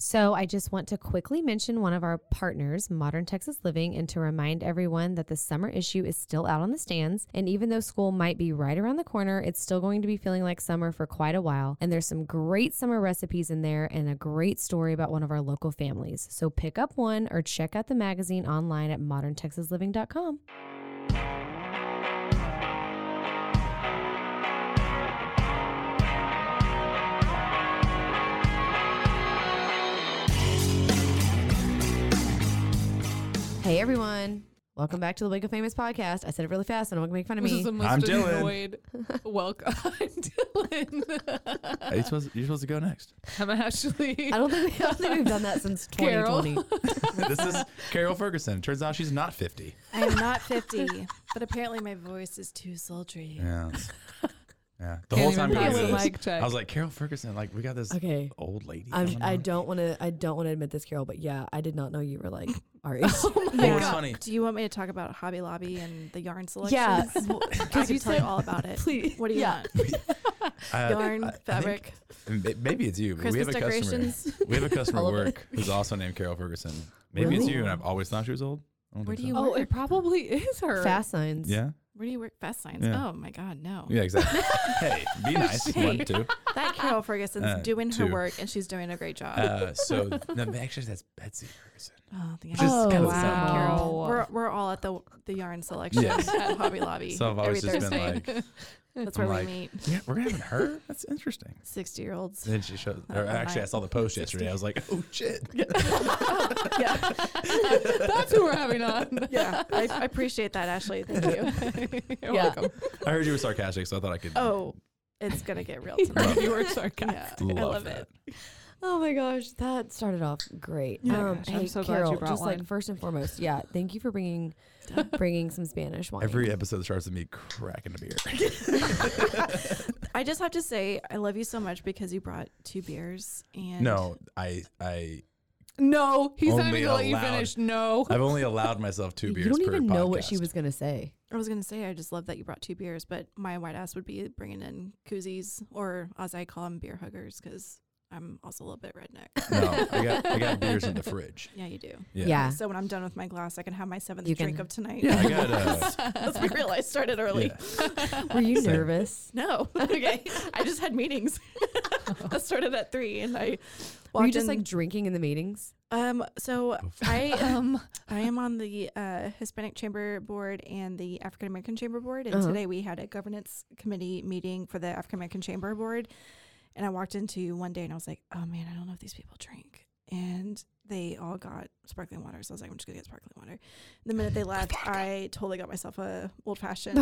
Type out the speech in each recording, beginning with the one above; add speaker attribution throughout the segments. Speaker 1: So, I just want to quickly mention one of our partners, Modern Texas Living, and to remind everyone that the summer issue is still out on the stands. And even though school might be right around the corner, it's still going to be feeling like summer for quite a while. And there's some great summer recipes in there and a great story about one of our local families. So, pick up one or check out the magazine online at moderntexasliving.com. Hey, everyone. Welcome back to the Wake of Famous podcast. I said it really fast, and I'm going to make fun of
Speaker 2: This is
Speaker 1: me.
Speaker 2: the most
Speaker 3: I'm Dylan.
Speaker 2: annoyed. Welcome, I'm Dylan.
Speaker 3: Are you supposed you're supposed to go next.
Speaker 2: I'm Ashley.
Speaker 1: I don't think, I don't think we've done that since
Speaker 2: Carol.
Speaker 1: 2020.
Speaker 3: this is Carol Ferguson. Turns out she's not 50.
Speaker 4: I am not 50, but apparently my voice is too sultry.
Speaker 3: Yeah. Yeah. The
Speaker 2: Can't even
Speaker 3: whole time you
Speaker 2: pass
Speaker 3: were
Speaker 2: a
Speaker 3: doing
Speaker 2: mic
Speaker 3: this,
Speaker 2: check.
Speaker 3: I was like, Carol Ferguson, like, we got this
Speaker 1: Okay.
Speaker 3: old lady.
Speaker 1: I'm,
Speaker 3: coming
Speaker 1: I
Speaker 3: on.
Speaker 1: don't want to. I don't want to admit this, Carol, but yeah, I did not know you were like
Speaker 3: Oh
Speaker 1: our age.
Speaker 3: Well, what's funny?
Speaker 4: Do you want me to talk about Hobby Lobby and the yarn selection?
Speaker 1: yeah,
Speaker 4: I
Speaker 1: because
Speaker 4: can tell you all about it.
Speaker 1: Please.
Speaker 4: What do you
Speaker 1: Yeah.
Speaker 4: want?
Speaker 3: Uh,
Speaker 4: Yarn,
Speaker 3: I- I think-
Speaker 4: fabric,
Speaker 3: m- Maybe it's you. But we have
Speaker 4: Christmas
Speaker 3: a customer.
Speaker 4: decorations.
Speaker 3: We have a customer at
Speaker 1: All of it.
Speaker 3: work who's also named Carol Ferguson. Maybe it's
Speaker 1: Really?
Speaker 3: you, and I've always thought she was old. I don't
Speaker 4: Where
Speaker 3: think
Speaker 4: do
Speaker 3: so.
Speaker 4: you
Speaker 2: oh,
Speaker 4: work?
Speaker 2: it probably is her.
Speaker 1: fast signs.
Speaker 3: Yeah.
Speaker 4: Where do you work? Fast signs.
Speaker 3: Yeah.
Speaker 4: Oh my God, no.
Speaker 3: Yeah. Exactly. hey, be nice. One, two.
Speaker 4: That Carol Ferguson's
Speaker 3: Uh,
Speaker 4: doing her
Speaker 3: two.
Speaker 4: work and she's doing a great job.
Speaker 3: Uh, so no, actually, that's Betsy Ferguson.
Speaker 4: oh, the
Speaker 3: Which is
Speaker 4: yarn.
Speaker 3: kind of
Speaker 1: wow.
Speaker 3: sad.
Speaker 2: Carol.
Speaker 4: We're, we're all at the the yarn selection
Speaker 3: Yes.
Speaker 4: at Hobby Lobby
Speaker 3: So I've
Speaker 4: every
Speaker 3: always just
Speaker 4: Thursday.
Speaker 3: been like,
Speaker 4: That's
Speaker 3: I'm
Speaker 4: where
Speaker 3: like-
Speaker 4: we meet
Speaker 3: yeah, we're having her. That's interesting.
Speaker 4: 60 year olds.
Speaker 3: Then she shows.
Speaker 4: Uh,
Speaker 3: Or actually, I
Speaker 4: my-
Speaker 3: saw the post yesterday. I was like, "Oh shit!"
Speaker 2: That's who we're having on.
Speaker 4: Yeah, I, I appreciate that, Ashley. Thank you.
Speaker 2: You're
Speaker 1: Yeah.
Speaker 2: welcome.
Speaker 3: I heard you were sarcastic, so I thought I could.
Speaker 4: Oh, it's gonna get real
Speaker 3: Love
Speaker 4: tonight.
Speaker 2: you were sarcastic.
Speaker 4: Yeah,
Speaker 3: love
Speaker 4: I love
Speaker 3: that.
Speaker 4: it.
Speaker 1: Oh my gosh, that started off great. Um,
Speaker 2: Oh my gosh, I'm
Speaker 1: hey,
Speaker 2: so glad you
Speaker 1: Carol,
Speaker 2: brought
Speaker 1: just
Speaker 2: one.
Speaker 1: like first and foremost, yeah. Thank you for bringing bringing some Spanish wine.
Speaker 3: Every episode starts with me cracking a beer.
Speaker 4: I just have to say, I love you so much because you brought two beers and
Speaker 3: no, I I
Speaker 2: No, he's not
Speaker 3: Only
Speaker 2: even gonna let you
Speaker 3: allowed-
Speaker 2: finish. No.
Speaker 3: I've only allowed myself two beers.
Speaker 1: you don't
Speaker 3: per
Speaker 1: even know what she
Speaker 3: podcast.
Speaker 1: was gonna say.
Speaker 4: I was gonna say I just love that you brought two beers, but my white ass would be bringing in koozies or as I call them, beer huggers, because I'm also a little bit redneck.
Speaker 3: No, I got I got beers in the fridge.
Speaker 4: yeah, you do.
Speaker 3: Yeah.
Speaker 1: Yeah.
Speaker 4: So when I'm done with my glass, I can have my seventh
Speaker 1: You
Speaker 4: drink
Speaker 1: can-
Speaker 4: of tonight.
Speaker 3: Yeah, I got uh,
Speaker 4: Let's be real. I started early.
Speaker 3: yeah.
Speaker 1: Were you
Speaker 3: Same.
Speaker 1: nervous?
Speaker 4: No, okay. I just had meetings. I started at three, and I
Speaker 1: Were
Speaker 4: walked
Speaker 1: you just
Speaker 4: in-
Speaker 1: like drinking in the meetings?
Speaker 4: Um, so I um I am on the uh, Hispanic Chamber Board and the African American Chamber Board, and
Speaker 1: Uh-huh.
Speaker 4: today we had a governance committee meeting for the African American Chamber Board, and I walked into one day and I was like, oh man, I don't know if these people drink, and they all got sparkling water, so I was like, I'm just gonna get sparkling water. The minute they left, I totally got myself a old fashioned,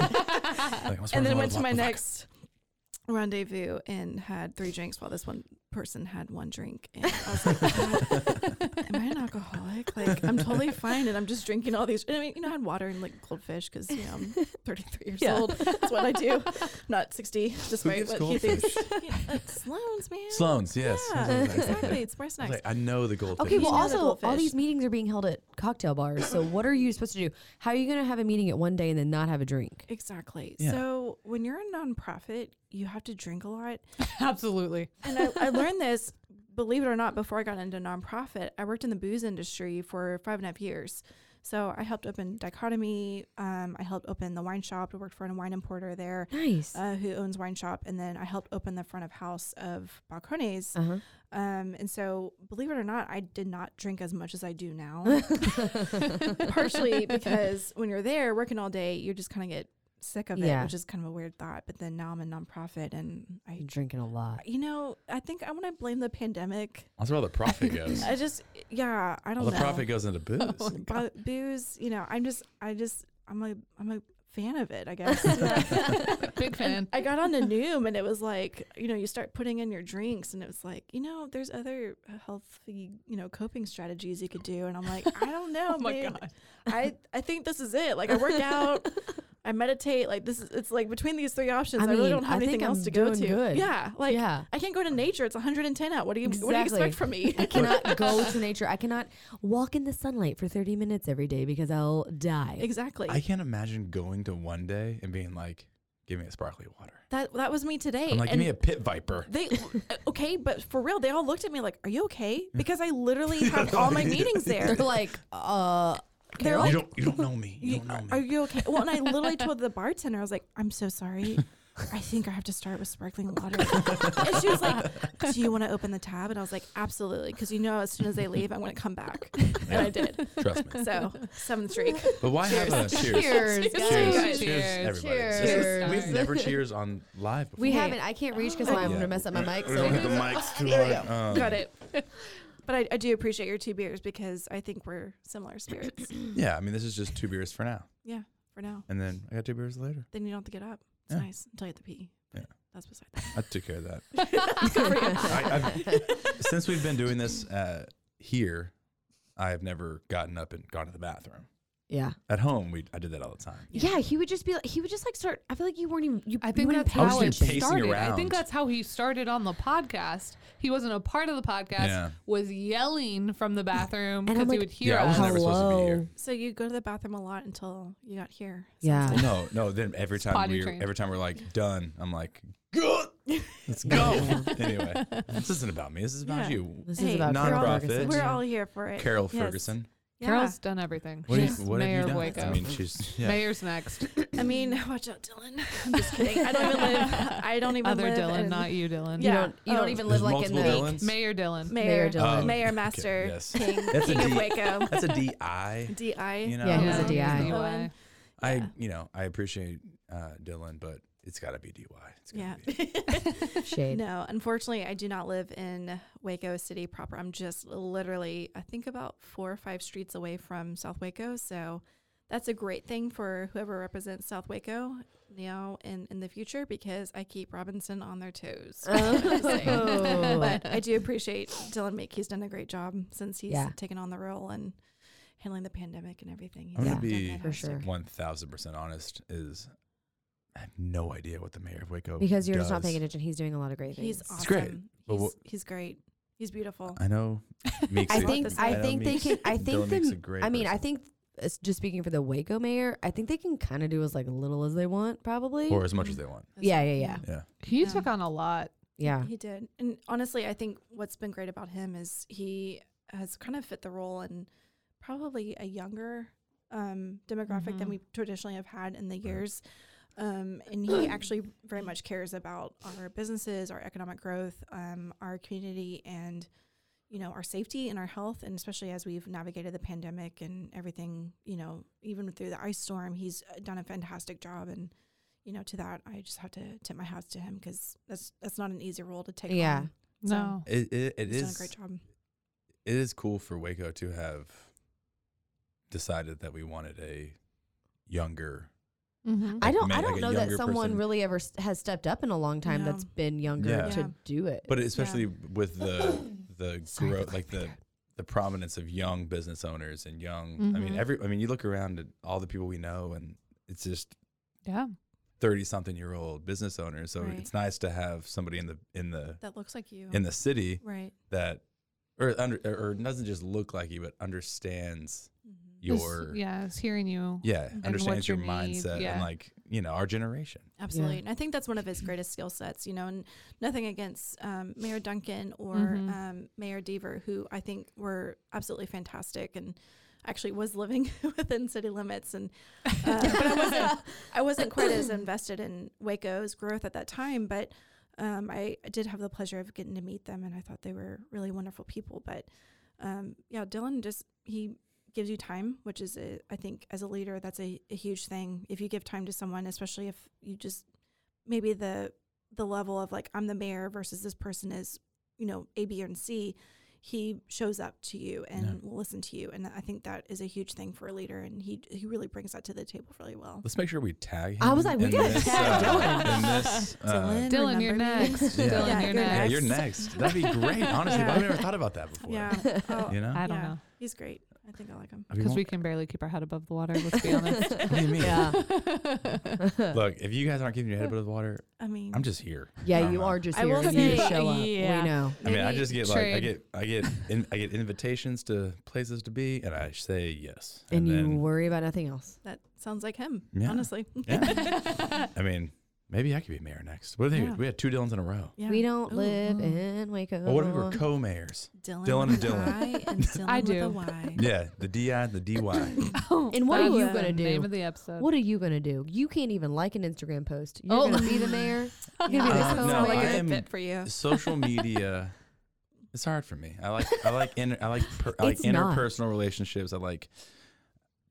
Speaker 3: Like, what's wrong
Speaker 4: and
Speaker 3: with
Speaker 4: then
Speaker 3: all
Speaker 4: went
Speaker 3: the
Speaker 4: to my
Speaker 3: vodka?
Speaker 4: next. Rendezvous and had three drinks while this one person had one drink. And I was like, "God, am I an alcoholic? Like, I'm totally fine, and I'm just drinking all these. And I mean, you know, I had water and like goldfish because you know I'm 33 years
Speaker 1: Yeah.
Speaker 4: old. That's what I do. Not 60, despite
Speaker 3: gives
Speaker 4: what he thinks.
Speaker 3: goldfish?
Speaker 4: You know, it's Sloan's, man.
Speaker 3: Sloan's, yes.
Speaker 4: Yeah,
Speaker 3: Yeah, exactly.
Speaker 4: exactly. It's more
Speaker 3: I was
Speaker 4: snacks.
Speaker 3: like, "Ah." I know the goldfish.
Speaker 1: Okay, well,
Speaker 4: know the
Speaker 1: also, all
Speaker 4: goldfish.
Speaker 1: these meetings are being held at cocktail bars. So, what are you supposed to do? How are you going to have a meeting at one day and then not have a drink?
Speaker 4: Exactly.
Speaker 3: Yeah.
Speaker 4: So when you're a nonprofit, you have to drink a lot.
Speaker 2: Absolutely.
Speaker 4: And I, I learned this, believe it or not, before I got into nonprofit. I worked in the booze industry for five and a half years. So I helped open Dichotomy. Um, I helped open the wine shop. I worked for a wine importer there
Speaker 5: Nice.
Speaker 4: uh, who owns wine shop. And then I helped open the front of house of Balcones.
Speaker 1: Uh.
Speaker 5: Uh-huh.
Speaker 4: Um, and so believe it or not, I did not drink as much as I do now. partially because when you're there working all day, you just kind of get sick of
Speaker 5: Yeah.
Speaker 4: it, which is kind of a weird thought. But then now I'm a nonprofit, and I,
Speaker 5: drinking a lot.
Speaker 4: Uh, you know, I think I want to blame the pandemic.
Speaker 3: That's where all the profit goes.
Speaker 4: I just, yeah, I don't
Speaker 3: all the
Speaker 4: know. Oh,
Speaker 3: profit goes into booze.
Speaker 4: Bu- booze, you know, I'm just, I just, I'm a, I'm a fan of it, I guess. Yeah.
Speaker 2: Big fan.
Speaker 4: I got on to Noom and it was like, you know, you start putting in your drinks and it was like, you know, there's other healthy, you know, coping strategies you could do. And I'm like, I don't know.
Speaker 2: Oh my
Speaker 4: man.
Speaker 2: God.
Speaker 4: I, I think this is it. Like I work out, I meditate. Like this is, it's like between these three options,
Speaker 5: I
Speaker 4: I,
Speaker 5: mean,
Speaker 4: really don't have
Speaker 5: I think
Speaker 4: anything else
Speaker 5: I'm
Speaker 4: to go
Speaker 5: doing
Speaker 4: to.
Speaker 5: good.
Speaker 4: Yeah. Like
Speaker 5: Yeah.
Speaker 4: I can't go to nature. It's 110 out. What do you, what do you
Speaker 5: Exactly.
Speaker 4: expect from me?
Speaker 5: I cannot go to nature. I cannot walk in the sunlight for 30 minutes every day because I'll die.
Speaker 4: exactly.
Speaker 3: I can't imagine going to one day and being like, "Give me a sparkly water."
Speaker 4: that, that was me today.
Speaker 3: I'm like, "Give
Speaker 4: And-
Speaker 3: me a pit viper."
Speaker 4: They uh, okay, but for real, they all looked at me like, "Are you okay?" Because I literally have all my meetings there.
Speaker 5: They're like, uh,
Speaker 4: They're
Speaker 3: you
Speaker 4: like,
Speaker 3: don't, you don't know me. You
Speaker 4: "You-
Speaker 3: don't know me.
Speaker 4: "Are you okay?" Well, and I literally told the bartender, I was like, "I'm so sorry. I think I have to start with sparkling water." and she was like, "Do you want to open the tab?" And I was like, "Absolutely," because you know, as soon as they leave, I'm going to come back, and I did.
Speaker 3: Trust me.
Speaker 4: So seventh streak.
Speaker 3: But why have a cheers?
Speaker 5: cheers, guys.
Speaker 3: Cheers,
Speaker 2: Cheers.
Speaker 3: cheers, everybody.
Speaker 2: Cheers.
Speaker 3: This is-
Speaker 2: Cheers.
Speaker 3: We've never cheers on live before.
Speaker 5: We haven't. I can't reach because I'm going to
Speaker 3: Yeah.
Speaker 5: mess up my mic.
Speaker 3: We don't have the
Speaker 5: So
Speaker 3: mics too hard. Um,
Speaker 4: Got it. But I, I do appreciate your two beers because I think we're similar spirits.
Speaker 3: Yeah, I mean, this is just two beers for now,
Speaker 4: yeah, for now.
Speaker 3: and then I got two beers later.
Speaker 4: Then you don't have to get up. It's
Speaker 3: Yeah.
Speaker 4: nice until you have to pee.
Speaker 3: Yeah.
Speaker 4: That's beside that.
Speaker 3: I took care of that. I, I've, since we've been doing this uh, here, I have never gotten up and gone to the bathroom.
Speaker 5: yeah,
Speaker 3: At home, we I did that all the time.
Speaker 5: yeah. He would just be. like He would just like start. I feel like you weren't even. You,
Speaker 2: I think
Speaker 5: you
Speaker 2: that's
Speaker 3: I was
Speaker 2: how it
Speaker 3: just pacing
Speaker 2: started. I
Speaker 3: around.
Speaker 2: think that's how he started on the podcast. He wasn't a part of the podcast.
Speaker 3: Yeah.
Speaker 2: Was yelling from the bathroom
Speaker 5: And I'm
Speaker 2: because he
Speaker 5: like-
Speaker 2: would hear
Speaker 3: Yeah, I was
Speaker 2: us.
Speaker 3: never supposed to be
Speaker 5: Hello.
Speaker 3: here.
Speaker 4: So you go to the bathroom a lot until you got here.
Speaker 5: Yeah.
Speaker 3: Well, no, no. Then every time
Speaker 2: potty
Speaker 3: we
Speaker 2: trained.
Speaker 3: every time we're like done, I'm like, good, let's go. anyway, this isn't about me. This is about
Speaker 4: Yeah.
Speaker 3: you.
Speaker 5: This
Speaker 4: Hey,
Speaker 5: is about Carol
Speaker 3: nonprofit.
Speaker 5: Ferguson.
Speaker 4: We're all here for it.
Speaker 3: Carol
Speaker 4: Yes.
Speaker 3: Ferguson.
Speaker 4: Yeah.
Speaker 2: Carol's done everything.
Speaker 3: What, have-
Speaker 2: She's
Speaker 3: what
Speaker 2: mayor
Speaker 3: have you
Speaker 2: of
Speaker 3: done?
Speaker 2: Waco.
Speaker 3: I mean, she's yeah.
Speaker 2: Mayor's next.
Speaker 4: I mean,
Speaker 5: Mm.
Speaker 4: watch out, Dylan. I'm just kidding. I don't even live. I don't even
Speaker 2: Other
Speaker 4: live.
Speaker 2: Dylan,
Speaker 4: in-
Speaker 2: not you, Dylan.
Speaker 5: You
Speaker 4: Yeah.
Speaker 5: don't. You don't
Speaker 4: Oh.
Speaker 5: even
Speaker 3: There's
Speaker 5: live like in
Speaker 3: multiple
Speaker 5: the.
Speaker 3: Dylans?
Speaker 2: Mayor Dylan.
Speaker 4: Mayor,
Speaker 5: Mayor Dylan.
Speaker 3: Oh,
Speaker 4: Mayor
Speaker 3: okay,
Speaker 4: Master
Speaker 3: yes.
Speaker 4: King,
Speaker 3: That's a
Speaker 4: King of
Speaker 3: D.
Speaker 4: Waco.
Speaker 3: That's a DI.
Speaker 4: DI.
Speaker 3: You know,
Speaker 5: Yeah, he's a
Speaker 3: um,
Speaker 5: DI.
Speaker 3: you know,
Speaker 2: DUI.
Speaker 3: I you know I appreciate uh, Dylan, but it's got to be DY. It's gotta
Speaker 4: Yeah.
Speaker 3: be.
Speaker 5: Shade.
Speaker 4: no, unfortunately, I do not live in Waco City proper. I'm just literally, I think, about four or five streets away from South Waco. So that's a great thing for whoever represents South Waco now and in the future because I keep Robinson on their toes. Just saying.
Speaker 5: Oh.
Speaker 4: but I do appreciate Dylan Meek. He's done a great job since he's
Speaker 5: Yeah.
Speaker 4: taken on the role and handling the pandemic and everything. He's
Speaker 3: I'm
Speaker 5: Yeah,
Speaker 3: gonna
Speaker 4: done
Speaker 3: be
Speaker 5: for sure.
Speaker 4: fantastic.
Speaker 3: one thousand percent honest. Is I have no idea what the mayor of Waco
Speaker 5: because you're just not
Speaker 3: does.
Speaker 5: paying attention. He's doing a lot of great things.
Speaker 4: He's awesome.
Speaker 3: It's great. But
Speaker 4: He's,
Speaker 3: what-
Speaker 4: he's great. He's beautiful.
Speaker 3: I know. Meeks
Speaker 5: I
Speaker 3: is-
Speaker 5: think.
Speaker 4: This
Speaker 5: I
Speaker 3: know
Speaker 5: think they
Speaker 3: Meeks-
Speaker 5: can. I
Speaker 3: Dylan
Speaker 5: think
Speaker 3: Meeks is a
Speaker 5: the.
Speaker 3: great
Speaker 5: I mean, I
Speaker 3: person.
Speaker 5: think. it's Just speaking for the Waco mayor, I think they can kind of do as like little as they want, probably.
Speaker 3: or as much as they want.
Speaker 5: yeah, yeah, yeah,
Speaker 3: Yeah.
Speaker 2: He
Speaker 4: Yeah.
Speaker 2: took on a lot.
Speaker 5: yeah.
Speaker 4: He did. And honestly, I think what's been great about him is he has kind of fit the role and probably a younger um, demographic than
Speaker 2: Mhm.
Speaker 4: we traditionally have had in the years. Um, and he actually very much cares about our businesses, our economic growth, um, our community, and you know our safety and our health. And especially as we've navigated the pandemic and everything, you know, even through the ice storm, he's uh, done a fantastic job. And you know, to that, I just have to tip my hats to him because that's that's not an easy role to take.
Speaker 5: Yeah.
Speaker 4: on. So,
Speaker 2: No.
Speaker 3: It it, it
Speaker 4: he's done a
Speaker 3: is
Speaker 4: great job.
Speaker 3: it is cool for Waco to have decided that we wanted a younger.
Speaker 2: Mm-hmm.
Speaker 5: I
Speaker 3: like
Speaker 5: don't.
Speaker 3: men-
Speaker 5: I don't
Speaker 3: like a
Speaker 5: know that
Speaker 3: younger
Speaker 5: someone
Speaker 3: person.
Speaker 5: really ever s- has stepped up in a long time
Speaker 4: No.
Speaker 5: that's been younger
Speaker 3: Yeah.
Speaker 5: to
Speaker 4: Yeah.
Speaker 5: do it.
Speaker 3: But especially with the the
Speaker 5: Sorry,
Speaker 3: growth,
Speaker 5: the
Speaker 3: like the
Speaker 5: clicker.
Speaker 3: the prominence of young business owners and young. I mean,
Speaker 4: Mm-hmm.
Speaker 2: Mhm.
Speaker 3: every. I mean, you look around at all the people we know, and it's just
Speaker 2: Yeah.
Speaker 3: thirty something year old business owners. So
Speaker 4: Right.
Speaker 3: it's nice to have somebody in the in the
Speaker 4: That looks like you.
Speaker 3: in the city
Speaker 4: right.
Speaker 3: that or under or doesn't just look like you, but understands
Speaker 4: Mhm.
Speaker 2: It's-
Speaker 3: your
Speaker 2: Yeah. It's hearing you.
Speaker 3: yeah, understands
Speaker 2: what
Speaker 3: your
Speaker 2: you need,
Speaker 3: mindset
Speaker 2: yeah.
Speaker 3: and like you know our generation.
Speaker 4: Absolutely. And I think that's one of his greatest skill sets, you know, and nothing against um, Mayor Duncan or
Speaker 2: Mhm.
Speaker 4: um, Mayor Deaver, who I think were absolutely fantastic. And actually was living within city limits, and uh, but I wasn't I wasn't quite as invested in Waco's growth at that time. But um, I, I did have the pleasure of getting to meet them, and I thought they were really wonderful people. But um, yeah, Dylan just he gives you time, which is a, I think as a leader that's a, a huge thing. If you give time to someone, especially if you just maybe the the level of like I'm the mayor versus this person is you know A, B, and C, he shows up to you and
Speaker 3: Yeah.
Speaker 4: will listen to you, and I think that is a huge thing for a leader, and he he really brings that to the table really well.
Speaker 3: Let's make sure we tag him.
Speaker 5: I was like, we
Speaker 3: in
Speaker 5: gotta
Speaker 3: this,
Speaker 5: tag
Speaker 3: uh,
Speaker 5: Dylan.
Speaker 3: in this, uh,
Speaker 4: Dylan,
Speaker 2: Dylan, you're
Speaker 4: remember me?
Speaker 2: next.
Speaker 3: Yeah.
Speaker 2: Dylan,
Speaker 3: Yeah,
Speaker 2: you're
Speaker 4: you're
Speaker 3: Yeah,
Speaker 2: next.
Speaker 3: you're next. That'd be great. Honestly,
Speaker 4: Yeah.
Speaker 3: I've never thought about that before.
Speaker 4: Yeah, Oh,
Speaker 3: You know?
Speaker 2: I don't
Speaker 4: yeah.
Speaker 2: know.
Speaker 4: He's great. I think I like him.
Speaker 3: I mean,
Speaker 2: Because we
Speaker 3: what-
Speaker 2: can barely keep our head above the water, let's be honest.
Speaker 3: what do you mean?
Speaker 1: Yeah.
Speaker 3: Look, if you guys aren't keeping your head above the water,
Speaker 4: I mean,
Speaker 3: I'm just here. I
Speaker 1: Yeah,
Speaker 3: don't
Speaker 1: you
Speaker 3: know.
Speaker 1: are just
Speaker 4: I
Speaker 1: here.
Speaker 4: will
Speaker 1: You need to
Speaker 4: say-
Speaker 1: show up.
Speaker 2: yeah.
Speaker 1: We know.
Speaker 3: I mean, I
Speaker 4: maybe-
Speaker 3: just get like I
Speaker 2: trade.
Speaker 3: get I get in, I get invitations to places to be, and I say yes.
Speaker 1: And, you
Speaker 3: then,
Speaker 1: worry about nothing else.
Speaker 4: that sounds like him.
Speaker 3: Yeah.
Speaker 4: Honestly,
Speaker 3: yeah. I mean, maybe I could be mayor next. What do you think?
Speaker 4: Yeah.
Speaker 3: We had two Dylans in a row.
Speaker 4: yeah.
Speaker 1: We don't
Speaker 4: Ooh.
Speaker 1: live in Waco.
Speaker 3: Well, what if we were co-mayors?
Speaker 4: Dylan,
Speaker 3: Dylan and
Speaker 4: with a
Speaker 3: Dylan.
Speaker 4: Y and Dylan
Speaker 2: I
Speaker 4: With a
Speaker 2: do.
Speaker 4: Y.
Speaker 3: Yeah, the DI, the DY.
Speaker 1: and what are
Speaker 2: That's
Speaker 1: you
Speaker 2: the
Speaker 1: gonna
Speaker 2: Oh, Name
Speaker 1: do?
Speaker 2: of the episode.
Speaker 1: What are you gonna do? You can't even like an Instagram post. You're
Speaker 2: Oh.
Speaker 1: gonna be the mayor. You're gonna be the
Speaker 3: Uh, no,
Speaker 1: co-mayor.
Speaker 3: I am-
Speaker 4: fit for you.
Speaker 3: Social media. It's hard for me. I like I like inter, I like per, I like
Speaker 1: It's not.
Speaker 3: interpersonal relationships. I like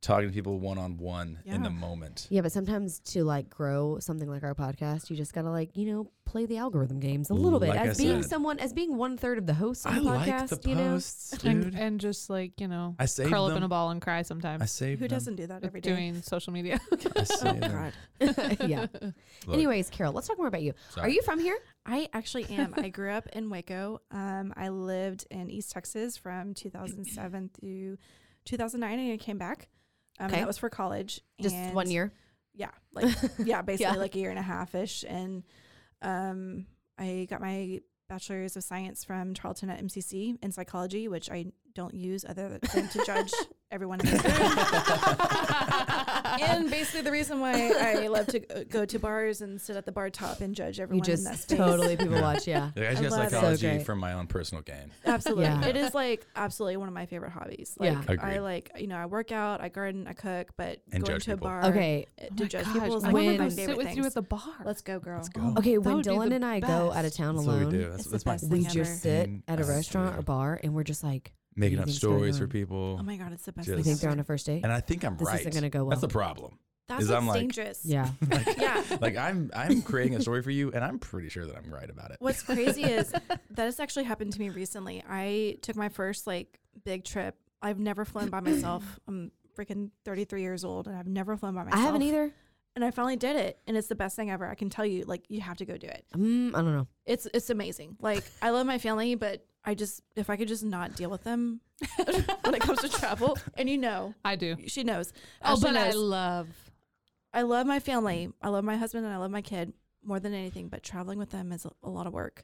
Speaker 3: talking to people one on one in the
Speaker 4: Yeah.
Speaker 3: moment.
Speaker 1: Yeah, but sometimes to like grow something like our podcast, you just gotta like you know play the algorithm games a little bit
Speaker 3: Like I
Speaker 1: as being
Speaker 3: said.
Speaker 1: someone as being one third of the hosts of
Speaker 3: I
Speaker 1: the
Speaker 3: like
Speaker 1: podcast.
Speaker 3: the
Speaker 1: you know,
Speaker 3: posts, dude.
Speaker 2: and, and just like, you know,
Speaker 3: I save
Speaker 2: curl
Speaker 3: them.
Speaker 2: up in a ball and cry
Speaker 3: I
Speaker 2: sometimes.
Speaker 3: save
Speaker 4: Who
Speaker 3: them.
Speaker 4: doesn't do that every
Speaker 2: with
Speaker 4: day?
Speaker 2: doing social media.
Speaker 3: I save
Speaker 4: Oh
Speaker 3: them.
Speaker 4: God,
Speaker 1: yeah.
Speaker 3: Look,
Speaker 1: Anyways, Carol, let's talk more about you. Are
Speaker 3: sorry.
Speaker 1: you from here?
Speaker 4: I actually am. I grew up in Waco. Um, I lived in East Texas from 2007 through 2009, and I came back. Um,
Speaker 1: Okay.
Speaker 4: That was for college.
Speaker 1: Just
Speaker 4: and
Speaker 1: one year.
Speaker 4: Yeah, like yeah, basically
Speaker 1: Yeah.
Speaker 4: like a year and a half ish. And um, I got my bachelor's of science from Charlton at MCC in psychology, which I don't use other than to judge everyone in this room. and basically, the reason why I love to go- go to bars and sit at the bar top and judge
Speaker 1: You
Speaker 4: everyone in that
Speaker 1: just
Speaker 4: space.
Speaker 1: totally people watch. Yeah.
Speaker 3: Yeah, I just
Speaker 4: I
Speaker 3: got
Speaker 4: love it. So
Speaker 3: psychology
Speaker 1: great.
Speaker 3: from my own personal gain.
Speaker 4: Absolutely.
Speaker 1: Yeah.
Speaker 4: It is like absolutely one of my favorite hobbies.
Speaker 1: Yeah.
Speaker 4: Like
Speaker 3: Agreed.
Speaker 4: I like, you know, I work out, I garden, I cook, but
Speaker 3: And
Speaker 4: going
Speaker 3: judge
Speaker 4: to a
Speaker 3: people.
Speaker 4: bar
Speaker 1: Okay.
Speaker 2: Oh
Speaker 4: uh, to
Speaker 2: my
Speaker 4: judge
Speaker 2: gosh,
Speaker 4: people is
Speaker 2: I
Speaker 4: like one
Speaker 1: wanna
Speaker 4: of my
Speaker 2: go sit
Speaker 4: favorite
Speaker 2: with
Speaker 4: things.
Speaker 2: you at the bar.
Speaker 4: Let's go, girl. Oh
Speaker 3: Let's go.
Speaker 1: Okay.
Speaker 2: That
Speaker 1: When
Speaker 2: would be
Speaker 1: Dylan
Speaker 2: the
Speaker 1: and I go out of
Speaker 2: best.
Speaker 1: town
Speaker 3: Oh, That's
Speaker 1: alone,
Speaker 3: what we do. That's,
Speaker 4: It's the
Speaker 3: that's my
Speaker 4: best
Speaker 1: we
Speaker 4: thing
Speaker 1: just sit
Speaker 3: ever.
Speaker 1: at a
Speaker 3: That's
Speaker 1: restaurant
Speaker 3: true.
Speaker 1: or bar and we're just like,
Speaker 3: making up
Speaker 1: Everything's going
Speaker 3: stories for
Speaker 1: on.
Speaker 3: people.
Speaker 4: Oh my god, it's the best
Speaker 3: Just-
Speaker 1: you
Speaker 4: thing.
Speaker 1: think they're on a first date?
Speaker 3: and I think I'm
Speaker 1: This
Speaker 3: right.
Speaker 1: isn't gonna go well.
Speaker 3: That's the problem.
Speaker 4: That's
Speaker 3: is
Speaker 4: what's
Speaker 3: I'm like-
Speaker 4: dangerous.
Speaker 1: yeah.
Speaker 3: Like,
Speaker 4: Yeah.
Speaker 3: like I'm I'm creating a story for you, and I'm pretty sure that I'm right about it.
Speaker 4: What's crazy is that has actually happened to me recently. I took my first like big trip. I've never flown by myself. I'm freaking 33 years old and I've never flown by myself.
Speaker 1: I haven't either.
Speaker 4: And I finally did it and it's the best thing ever. I can tell you like you have to go do it.
Speaker 1: Mm, I don't know.
Speaker 4: It's it's amazing. Like I love my family, but I just if I could just not deal with them when it comes to travel, and you know,
Speaker 2: I do.
Speaker 4: she knows.
Speaker 2: Oh,
Speaker 4: Ashley
Speaker 2: but I
Speaker 4: knows.
Speaker 2: love.
Speaker 4: I love my family. I love my husband and I love my kid more than anything, but traveling with them is a, a lot of work.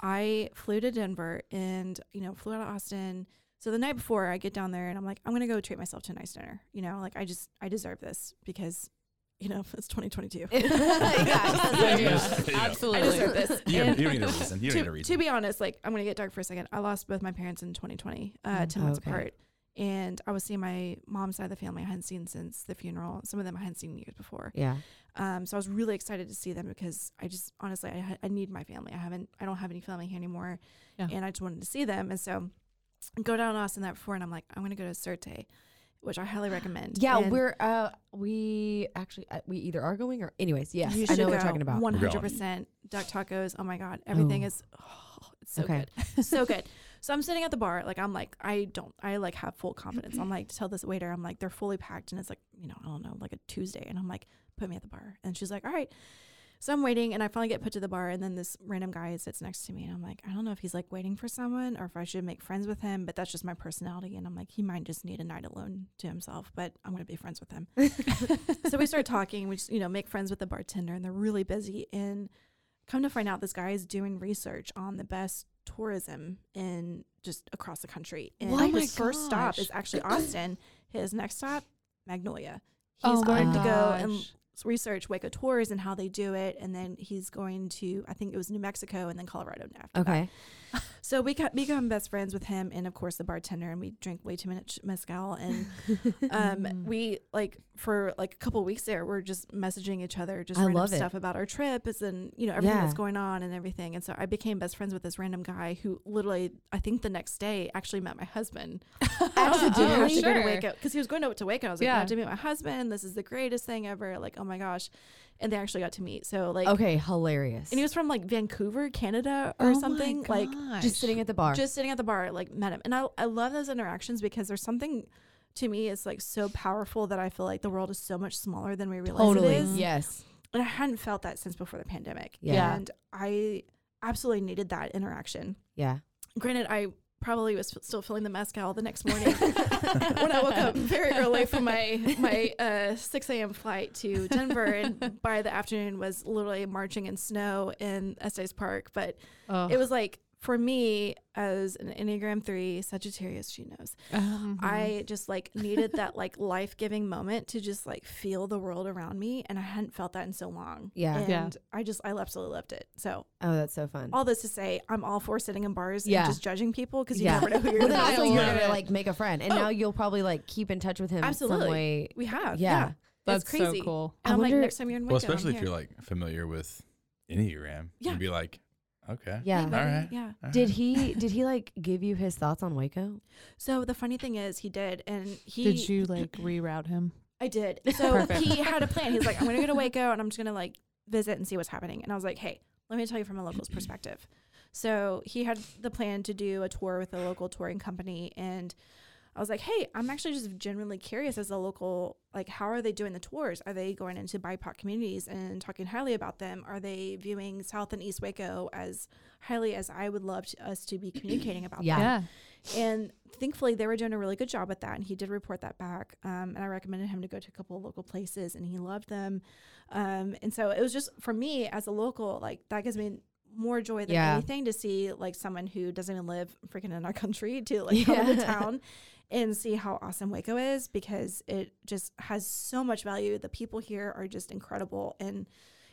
Speaker 4: I flew to Denver and, you know, flew out of Austin. So the night before I get down there and I'm like, I'm going to go treat myself to a nice dinner. You know, like I just, I deserve this because, you know, it's 2022.
Speaker 3: Yeah, you
Speaker 2: Yeah,
Speaker 3: just- you know,
Speaker 4: I deserve
Speaker 3: You
Speaker 4: this.
Speaker 3: don't,
Speaker 4: And-
Speaker 3: you don't need a reason. You don't
Speaker 4: to,
Speaker 3: need a
Speaker 4: to
Speaker 3: reason.
Speaker 4: be honest, like I'm gonna get dark for a second. I lost both my parents in 2020, uh,
Speaker 1: Mm.
Speaker 4: 10 months
Speaker 1: Okay.
Speaker 4: apart, and I was seeing my mom's side of the family I hadn't seen since the funeral. Some of them I hadn't seen years before.
Speaker 1: Yeah.
Speaker 4: Um, so I was really excited to see them because I just honestly I, ha- I need my family. I haven't I don't have any family here anymore,
Speaker 2: Yeah.
Speaker 4: and I just wanted to see them. And so go down to Austin that before, and I'm like I'm gonna go to Certe, which I highly recommend.
Speaker 1: Yeah,
Speaker 4: And
Speaker 1: we're uh we actually uh, we either are going or anyways, yes.
Speaker 4: you
Speaker 1: I
Speaker 4: should
Speaker 1: know
Speaker 4: go
Speaker 1: what you're talking about.
Speaker 4: 100% duck tacos. Oh my god, everything
Speaker 1: Oh.
Speaker 4: is oh, it's so
Speaker 1: Okay.
Speaker 4: good. so good. So I'm sitting at the bar, like I'm like I don't I like have full confidence. I'm like tell this waiter, I'm like they're fully packed, and it's like you know I don't know like a Tuesday, and I'm like put me at the bar, and she's like all right. So I'm waiting, and I finally get put to the bar, and then this random guy sits next to me, and I'm like I don't know if he's like waiting for someone or if I should make friends with him, but that's just my personality, and I'm like he might just need a night alone to himself, but I'm gonna be friends with him. so we start talking, we just you know make friends with the bartender, and they're really busy, and come to find out this guy is doing research on the best tourism in just across the country. And
Speaker 2: What? Oh
Speaker 4: his
Speaker 2: my
Speaker 4: first stop
Speaker 2: gosh.
Speaker 4: is actually Austin. His next stop, Magnolia. He's
Speaker 2: Oh my
Speaker 4: going to go and
Speaker 2: gosh.
Speaker 4: s- research Waco tours and how they do it, and then he's going to I think it was New Mexico and then Colorado after. that.
Speaker 1: Okay.
Speaker 4: So we got, become best friends with him and of course the bartender, and we drink way too much mezcal. And
Speaker 1: Mm.
Speaker 4: um, we like for like a couple weeks there, we're just messaging each other, just
Speaker 1: I
Speaker 4: random
Speaker 1: love it.
Speaker 4: stuff about our trips and you know everything
Speaker 1: Yeah.
Speaker 4: that's going on and everything. And so I became best friends with this random guy who literally, I think the next day actually met my husband.
Speaker 1: Oh,
Speaker 2: Accidentally?
Speaker 4: Actually go to
Speaker 2: Sure.
Speaker 4: Waco because he was going to, to Waco. I was like, I
Speaker 2: Yeah.
Speaker 4: have to meet my husband. This is the greatest thing ever. Like, oh my gosh, and they actually got to meet. So like,
Speaker 1: Okay, Oh hilarious.
Speaker 4: and he was from like Vancouver, Canada, or something. Like
Speaker 1: just sitting at the bar.
Speaker 4: just sitting at the bar, like met him. And I, I love those interactions because there's something to me is like so powerful that I feel like the world is so much smaller than we realize
Speaker 1: totally.
Speaker 4: it is.
Speaker 1: Yes.
Speaker 4: And I hadn't felt that since before the pandemic.
Speaker 1: Yeah.
Speaker 4: And I absolutely needed that interaction.
Speaker 1: Yeah.
Speaker 4: Granted, I probably was f- still feeling the mezcal the next morning when I woke up very early from my my uh, 6 a.m. flight to Denver, and by the afternoon was literally marching in snow in Estes Park. But
Speaker 2: Oh.
Speaker 4: it was like for me as an enneagram 3 sagittarius she knows
Speaker 2: Mm-hmm.
Speaker 4: i just like needed that like life-giving moment to just like feel the world around me and i hadn't felt that in so long
Speaker 1: Yeah.
Speaker 4: and
Speaker 2: Yeah.
Speaker 4: i just i absolutely loved it so
Speaker 1: Oh, that's so fun.
Speaker 4: all this to say i'm all for sitting in bars
Speaker 1: Yeah.
Speaker 4: and just judging people because you
Speaker 1: Yeah.
Speaker 4: never know who you're
Speaker 1: well,
Speaker 4: gonna
Speaker 1: then also
Speaker 4: meet.
Speaker 1: you're
Speaker 2: Yeah.
Speaker 1: gonna like make a friend, and
Speaker 4: Oh.
Speaker 1: now you'll probably like keep in touch with him
Speaker 4: absolutely
Speaker 1: some way.
Speaker 4: we have
Speaker 1: Yeah.
Speaker 4: yeah,
Speaker 2: That's
Speaker 4: it's crazy
Speaker 2: so cool.
Speaker 4: and
Speaker 1: I
Speaker 4: i'm like
Speaker 1: wonder-
Speaker 4: next time you're in Waco,
Speaker 3: Well, especially
Speaker 4: I'm
Speaker 3: if
Speaker 4: here.
Speaker 3: you're like familiar with Enneagram,
Speaker 4: Yeah.
Speaker 3: you'd be like, okay.
Speaker 1: Yeah.
Speaker 4: Hey,
Speaker 3: All
Speaker 4: buddy.
Speaker 3: right.
Speaker 4: yeah
Speaker 3: all
Speaker 1: Did
Speaker 3: right.
Speaker 1: he? Did he like give you his thoughts on Waco?
Speaker 4: so the funny thing is he did and he
Speaker 2: Did you like reroute him?
Speaker 4: I did. So
Speaker 2: Perfect.
Speaker 4: he had a plan. He's like, I'm going to go to Waco and I'm just going to like visit and see what's happening. And I was like, hey, let me tell you from a local's perspective. So he had the plan to do a tour with a local touring company. And I was like, hey, I'm actually just genuinely curious as a local, like, how are they doing the tours? Are they going into BIPOC communities and talking highly about them? Are they viewing South and East Waco as highly as I would love to, us to be communicating about
Speaker 1: Yeah.
Speaker 4: them? And thankfully, they were doing a really good job with that. And he did report that back. Um, and I recommended him to go to a couple of local places, and he loved them. Um, and so it was just for me as a local, like that gives me more joy than
Speaker 1: Yeah.
Speaker 4: anything to see like someone who doesn't even live freaking in our country to like come to
Speaker 1: Yeah.
Speaker 4: town and see how awesome Waco is because it just has so much value. The people here are just incredible. And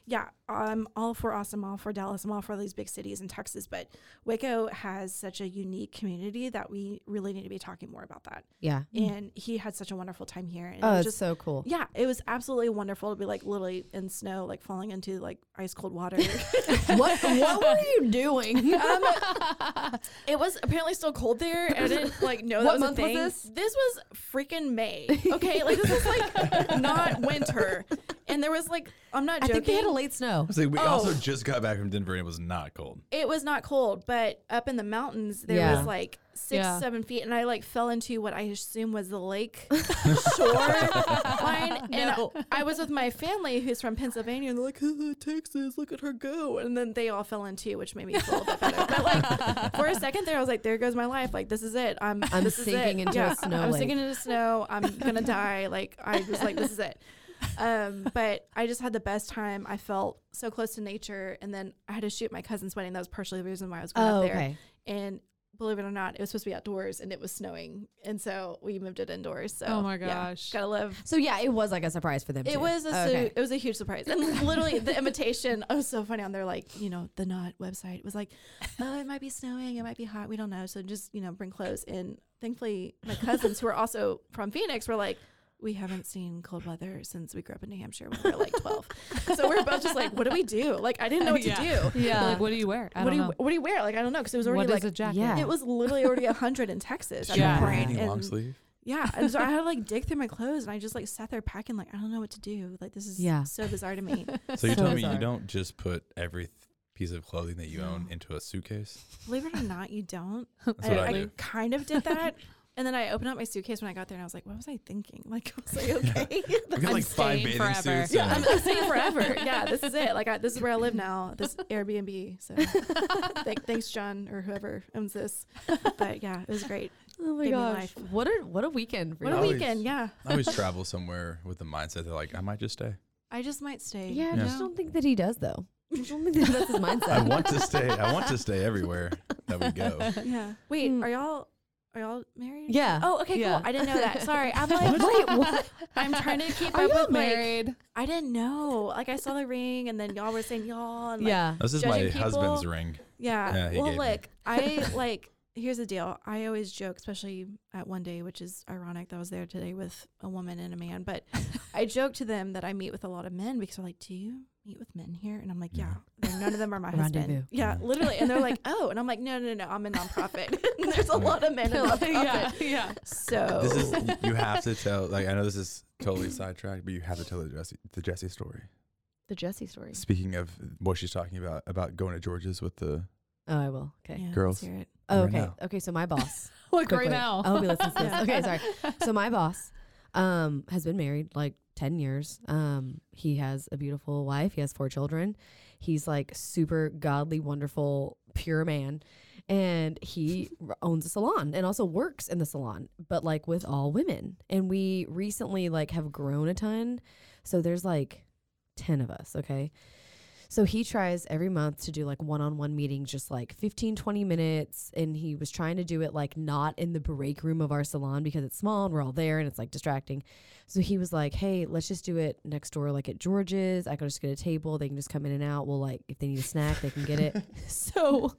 Speaker 4: yeah, I'm all for Austin, I'm all for Dallas, I'm all for these big cities in Texas, but Waco has such a unique community that we really need to be talking more about that.
Speaker 1: Yeah.
Speaker 4: And he had such a wonderful time here. And
Speaker 1: Oh,
Speaker 4: it was
Speaker 1: that's
Speaker 4: just,
Speaker 1: so cool.
Speaker 4: yeah, it was absolutely wonderful to be like literally in snow, like falling into like ice cold water.
Speaker 1: what What were you doing?
Speaker 4: it was apparently still cold there, and I didn't like know
Speaker 1: What
Speaker 4: that was
Speaker 1: month
Speaker 4: a
Speaker 1: was
Speaker 4: thing.
Speaker 1: this?
Speaker 4: This was freaking May. Okay, like this is like not winter, and there was like I'm not
Speaker 1: I
Speaker 4: joking.
Speaker 1: think they had a late snow.
Speaker 3: I was like, we also
Speaker 4: Oh.
Speaker 3: just got back from Denver and it was not cold.
Speaker 4: it was not cold, but up in the mountains there
Speaker 1: Yeah.
Speaker 4: was like six,
Speaker 2: Yeah.
Speaker 4: seven feet, and I like fell into what I assume was the lake shore line. And I was with my family who's from Pennsylvania, and they're like, "Haha, Texas, look at her go, and then they all fell into, which made me feel a little bit better. But like for a second there, I was like, there goes my life. Like this is it. I'm
Speaker 1: I'm
Speaker 4: this is it.
Speaker 1: sinking into a
Speaker 4: Yeah,
Speaker 1: snow
Speaker 4: I'm
Speaker 1: lake.
Speaker 4: sinking into snow. I'm gonna die. Like I was like, this is it um, but I just had the best time. I felt so close to nature, and then I had to shoot my cousin's wedding. That was partially the reason why I was going
Speaker 1: Oh,
Speaker 4: up there.
Speaker 1: okay.
Speaker 4: And believe it or not, it was supposed to be outdoors, and it was snowing, and so we moved it indoors. So
Speaker 2: Oh my
Speaker 4: yeah,
Speaker 2: gosh.
Speaker 4: gotta love.
Speaker 1: So yeah, it was like a surprise for them.
Speaker 4: It
Speaker 1: too.
Speaker 4: was a su-
Speaker 1: Okay.
Speaker 4: it was a huge surprise, and literally the invitation. Oh, so funny on there, like you know the not website was like, oh, it might be snowing, it might be hot, we don't know. So just you know bring clothes. And thankfully, my cousins who are also from Phoenix were like. We haven't seen cold weather since we grew up in New Hampshire when we were like 12. so we we're both just like, what do we do? Like, I didn't know what to do.
Speaker 2: Yeah. Like, what do you wear? I
Speaker 4: Uh, What
Speaker 2: don't
Speaker 4: do you
Speaker 2: know.
Speaker 4: what do you wear? Like, I don't know because it was already
Speaker 2: What
Speaker 4: like
Speaker 2: is a jacket?
Speaker 1: Yeah.
Speaker 4: it was literally already 100 in Texas at
Speaker 2: Yeah.
Speaker 4: that
Speaker 2: you
Speaker 3: Did
Speaker 2: wear
Speaker 4: point,
Speaker 3: any long
Speaker 4: and-
Speaker 3: sleeve?
Speaker 4: yeah. And so I had to like dig through my clothes and I just like sat there packing, like, I don't know what to do. Like, this is
Speaker 1: Yeah.
Speaker 4: so bizarre to me.
Speaker 3: So
Speaker 1: So
Speaker 3: you're telling me
Speaker 1: bizarre.
Speaker 3: you don't just put every th- piece of clothing that you own into a suitcase?
Speaker 4: Believe it or not, you don't.
Speaker 3: That's what I, do.
Speaker 4: kind of did that. And then I opened up my suitcase when I got there and I was like, what was I thinking? Like, I was like, okay.
Speaker 3: I've got
Speaker 2: I'm
Speaker 3: like five
Speaker 2: staying
Speaker 3: bathing
Speaker 2: forever.
Speaker 3: suits.
Speaker 4: yeah, I'm
Speaker 3: and-
Speaker 4: gonna stay forever. Yeah, this is it. Like, I, this is where I live now, this Airbnb. So thank thanks, John, or whoever owns this. But yeah, it was great.
Speaker 1: Oh my
Speaker 4: Give me
Speaker 1: gosh!
Speaker 4: life.
Speaker 1: What a what a weekend for
Speaker 4: What a
Speaker 1: you.
Speaker 3: Always.
Speaker 4: weekend. Yeah.
Speaker 3: I always travel somewhere with the mindset that like I might just stay.
Speaker 4: I just might stay.
Speaker 1: Yeah, I
Speaker 3: Yeah.
Speaker 1: just don't think that he does though. I just don't think that that's his
Speaker 3: I
Speaker 1: mindset.
Speaker 3: want to stay. I want to stay everywhere that we go.
Speaker 4: Yeah. Wait,
Speaker 1: Mm.
Speaker 4: are y'all are y'all married?
Speaker 1: Yeah.
Speaker 4: Oh, okay,
Speaker 2: Yeah.
Speaker 4: cool. I didn't know that. Sorry. I'm like,
Speaker 1: Wait, what?
Speaker 4: I'm trying to keep
Speaker 2: Are
Speaker 4: up
Speaker 2: you
Speaker 4: with married.
Speaker 2: married?
Speaker 4: I didn't know. Like I saw the ring, and then y'all were saying y'all. And like,
Speaker 1: yeah.
Speaker 3: This is my
Speaker 4: Judging people.
Speaker 3: husband's ring. Yeah,
Speaker 4: Yeah.
Speaker 3: he
Speaker 4: well,
Speaker 3: gave me.
Speaker 4: look, I like. Here's the deal. I always joke, especially at one day, which is ironic that I was there today with a woman and a man. But I joke to them that I meet with a lot of men because they're like, "Do you meet with men here?" And I'm like, "Yeah."
Speaker 3: Yeah.
Speaker 4: And none of them are my husband.
Speaker 1: Rendezvous.
Speaker 4: Yeah, literally. And they're like, "Oh," and I'm like, "No, no, no. I'm a nonprofit. There's a lot of men in nonprofit."
Speaker 2: yeah, yeah.
Speaker 4: So
Speaker 3: This is
Speaker 4: Oh.
Speaker 3: you have to tell. Like I know this is totally sidetracked, but you have to tell the Jesse the Jesse story.
Speaker 1: The Jesse story.
Speaker 3: Speaking of what she's talking about about going to George's with the
Speaker 1: Oh, I will. Okay.
Speaker 4: Yeah, let's
Speaker 3: Girls.
Speaker 4: hear it.
Speaker 1: Oh,
Speaker 3: Right
Speaker 1: okay.
Speaker 3: now.
Speaker 1: Okay. So my boss.
Speaker 2: Like right
Speaker 1: quickly.
Speaker 2: now.
Speaker 1: I hope he listens to this.
Speaker 4: Yeah.
Speaker 1: Okay, sorry. So my boss um has been married like 10 years. Um he has a beautiful wife. He has four children. He's like super godly, wonderful, pure man. And he r- owns a salon and also works in the salon, but like with all women. And we recently like have grown a ton. So there's like 10 of us, okay? So he tries every month to do like one on one meetings, just like 15, 20 minutes. And he was trying to do it like not in the break room of our salon because it's small and we're all there and it's like distracting. So he was like, hey, let's just do it next door, like at George's. I can just get a table. They can just come in and out. We'll like, if they need a snack, they can get it. so.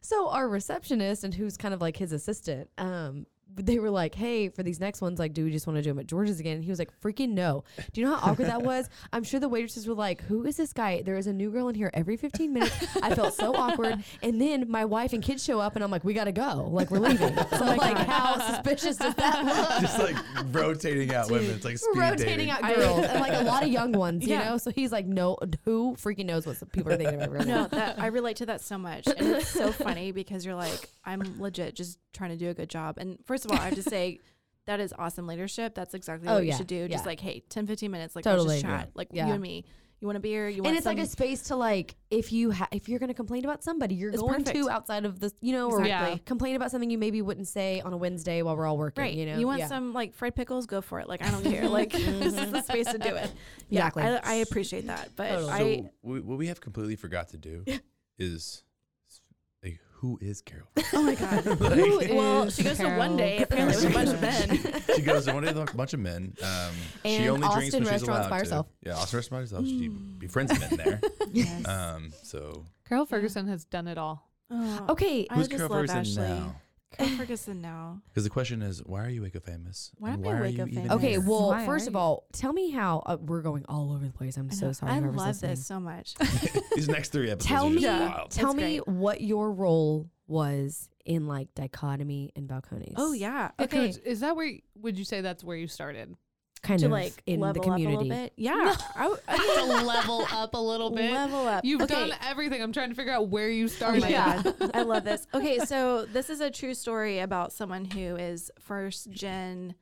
Speaker 1: So our receptionist and who's kind of like his assistant, um, they were like, "Hey, for these next ones, like, do we just want to do them at George's again?" And he was like, "Freaking no!" Do you know how awkward that was? I'm sure the waitresses were like, "Who is this guy? There is a new girl in here every 15 minutes." I felt so awkward. And then my wife and kids show up, and I'm like, "We gotta go! Like, we're leaving." So like, how suspicious does that look?
Speaker 3: just like rotating out women. It's like speed
Speaker 1: rotating
Speaker 3: dating.
Speaker 1: out girls and like a lot of young ones, you
Speaker 4: Yeah.
Speaker 1: know. So he's like, "No, who freaking knows what some people are thinking of everyone?"
Speaker 4: No, that I relate to that so much, and it's so funny because you're like, I'm legit just trying to do a good job. And first of all, I have to say, that is awesome leadership. That's exactly
Speaker 1: Oh,
Speaker 4: what you
Speaker 1: yeah,
Speaker 4: should do. Just
Speaker 1: yeah.
Speaker 4: like, hey, 10, 15 minutes, like
Speaker 1: Totally.
Speaker 4: let's just chat, like
Speaker 1: Yeah.
Speaker 4: you and me. You want a beer? You want
Speaker 1: and it's like
Speaker 4: some-
Speaker 1: a space to like if you ha- if you're going to complain about somebody you're
Speaker 4: It's
Speaker 1: going
Speaker 4: perfect.
Speaker 1: to outside of the you know or
Speaker 2: Exactly. Yeah.
Speaker 1: complain about something you maybe wouldn't say on a Wednesday while we're all working
Speaker 4: right.
Speaker 1: you know
Speaker 4: want
Speaker 1: Yeah. Mm-hmm.
Speaker 4: some like fried pickles? Go for it. Like I don't care. Like this is the space to do it. Yeah,
Speaker 1: Exactly.
Speaker 4: I, I appreciate that, but
Speaker 1: Totally.
Speaker 4: I
Speaker 3: So we, what we have completely forgot to do is like who is Carol?
Speaker 4: oh my god.
Speaker 3: Like,
Speaker 4: well,
Speaker 1: is
Speaker 4: she goes to
Speaker 1: Carol
Speaker 4: one day apparently with a bunch of men.
Speaker 3: she goes to one of the bunch of men. Um, she
Speaker 1: And
Speaker 3: only
Speaker 1: Austin
Speaker 3: drinks when she's
Speaker 1: restaurants
Speaker 3: allowed
Speaker 1: by
Speaker 3: to.
Speaker 1: herself.
Speaker 3: Yeah, Austin restaurants by herself. She
Speaker 4: Mm.
Speaker 3: befriends men there.
Speaker 4: Yes.
Speaker 3: Um, so
Speaker 2: Carol Ferguson has done it all.
Speaker 4: Oh,
Speaker 1: okay
Speaker 4: I
Speaker 3: who's
Speaker 4: just
Speaker 3: Carol
Speaker 4: love
Speaker 3: Ferguson
Speaker 4: Ashley.
Speaker 3: now?
Speaker 4: Carol Ferguson now.
Speaker 3: Because the question is, why are you Waco famous?
Speaker 4: Why
Speaker 3: And
Speaker 4: am I
Speaker 3: are
Speaker 4: Waco
Speaker 3: you even
Speaker 4: famous?
Speaker 1: okay
Speaker 3: here?
Speaker 4: Yes.
Speaker 1: well
Speaker 2: Why
Speaker 1: first
Speaker 2: are
Speaker 1: of
Speaker 2: you-
Speaker 1: all tell me how uh, we're going all over the place I'm
Speaker 4: I
Speaker 1: so
Speaker 4: know.
Speaker 1: sorry
Speaker 4: I
Speaker 1: whoever's
Speaker 4: love
Speaker 1: listening.
Speaker 4: this so much.
Speaker 3: these next three episodes.
Speaker 1: tell
Speaker 3: are
Speaker 1: me
Speaker 3: just
Speaker 4: Yeah.
Speaker 3: wild.
Speaker 1: tell
Speaker 4: It's
Speaker 1: me
Speaker 4: great.
Speaker 1: what your role was in like dichotomy and balconies
Speaker 4: Oh yeah.
Speaker 2: Yeah,
Speaker 4: Okay.
Speaker 2: Coach, is that where y- would you say that's where you started?
Speaker 1: kind
Speaker 4: to
Speaker 1: of
Speaker 4: like
Speaker 1: in the
Speaker 4: level up a
Speaker 1: community
Speaker 4: little bit. Yeah. I w- I mean,
Speaker 2: level up a little
Speaker 4: level up.
Speaker 2: You've
Speaker 4: okay.
Speaker 2: done everything. I'm trying to figure out where you
Speaker 4: Oh
Speaker 2: started.
Speaker 4: my god. I love this. Okay, so this is a true story about someone who is first gen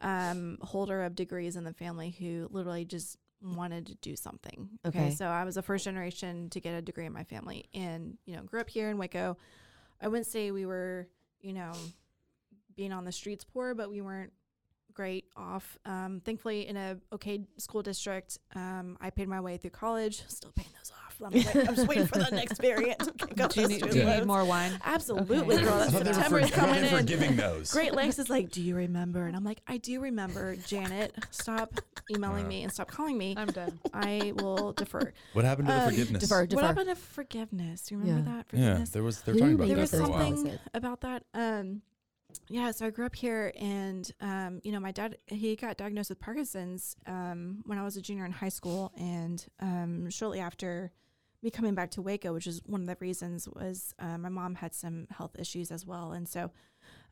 Speaker 4: um holder of degrees in the family who literally just wanted to do something.
Speaker 1: Okay.
Speaker 4: So I was the first generation to get a degree in my family and, you know, grew up here in Waco. I wouldn't say we were, you know, being on the streets poor, but we weren't great off. Um, thankfully, in a okay school district, um, I paid my way through college. Still paying those off. I'm, wait- I'm just waiting for that next variant. to kick off
Speaker 2: Do you
Speaker 4: those
Speaker 2: need,
Speaker 4: student
Speaker 2: do you need
Speaker 4: loans.
Speaker 2: more wine?
Speaker 4: Absolutely,
Speaker 2: Okay.
Speaker 4: girl.
Speaker 3: I
Speaker 4: That
Speaker 3: thought they were
Speaker 4: September
Speaker 3: for-
Speaker 4: is coming
Speaker 3: they were
Speaker 4: in.
Speaker 3: giving those.
Speaker 4: Great Lakes is like, do you remember? And I'm like, I do remember. Janet, stop emailing
Speaker 3: Wow.
Speaker 4: me and stop calling me.
Speaker 2: I'm done.
Speaker 4: I will defer.
Speaker 3: What happened to the
Speaker 4: Um,
Speaker 3: forgiveness?
Speaker 1: defer
Speaker 4: What
Speaker 1: defer
Speaker 4: happened to forgiveness? Do you remember
Speaker 1: Yeah.
Speaker 4: that
Speaker 3: Yeah,
Speaker 4: forgiveness?
Speaker 3: there was. They're
Speaker 1: Who
Speaker 3: talking about
Speaker 4: there
Speaker 3: that
Speaker 4: was
Speaker 3: for a while.
Speaker 4: something about that. Um, yeah, so I grew up here, and um, you know, my dad he got diagnosed with Parkinson's um, when I was a junior in high school, and um, shortly after me coming back to Waco, which is one of the reasons was uh, my mom had some health issues as well, and so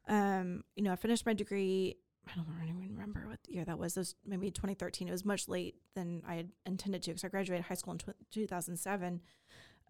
Speaker 4: um, you know, I finished my degree. I don't even remember what year that was. It was maybe 2013. It was much late than I had intended to because I graduated high school in tw- 2007.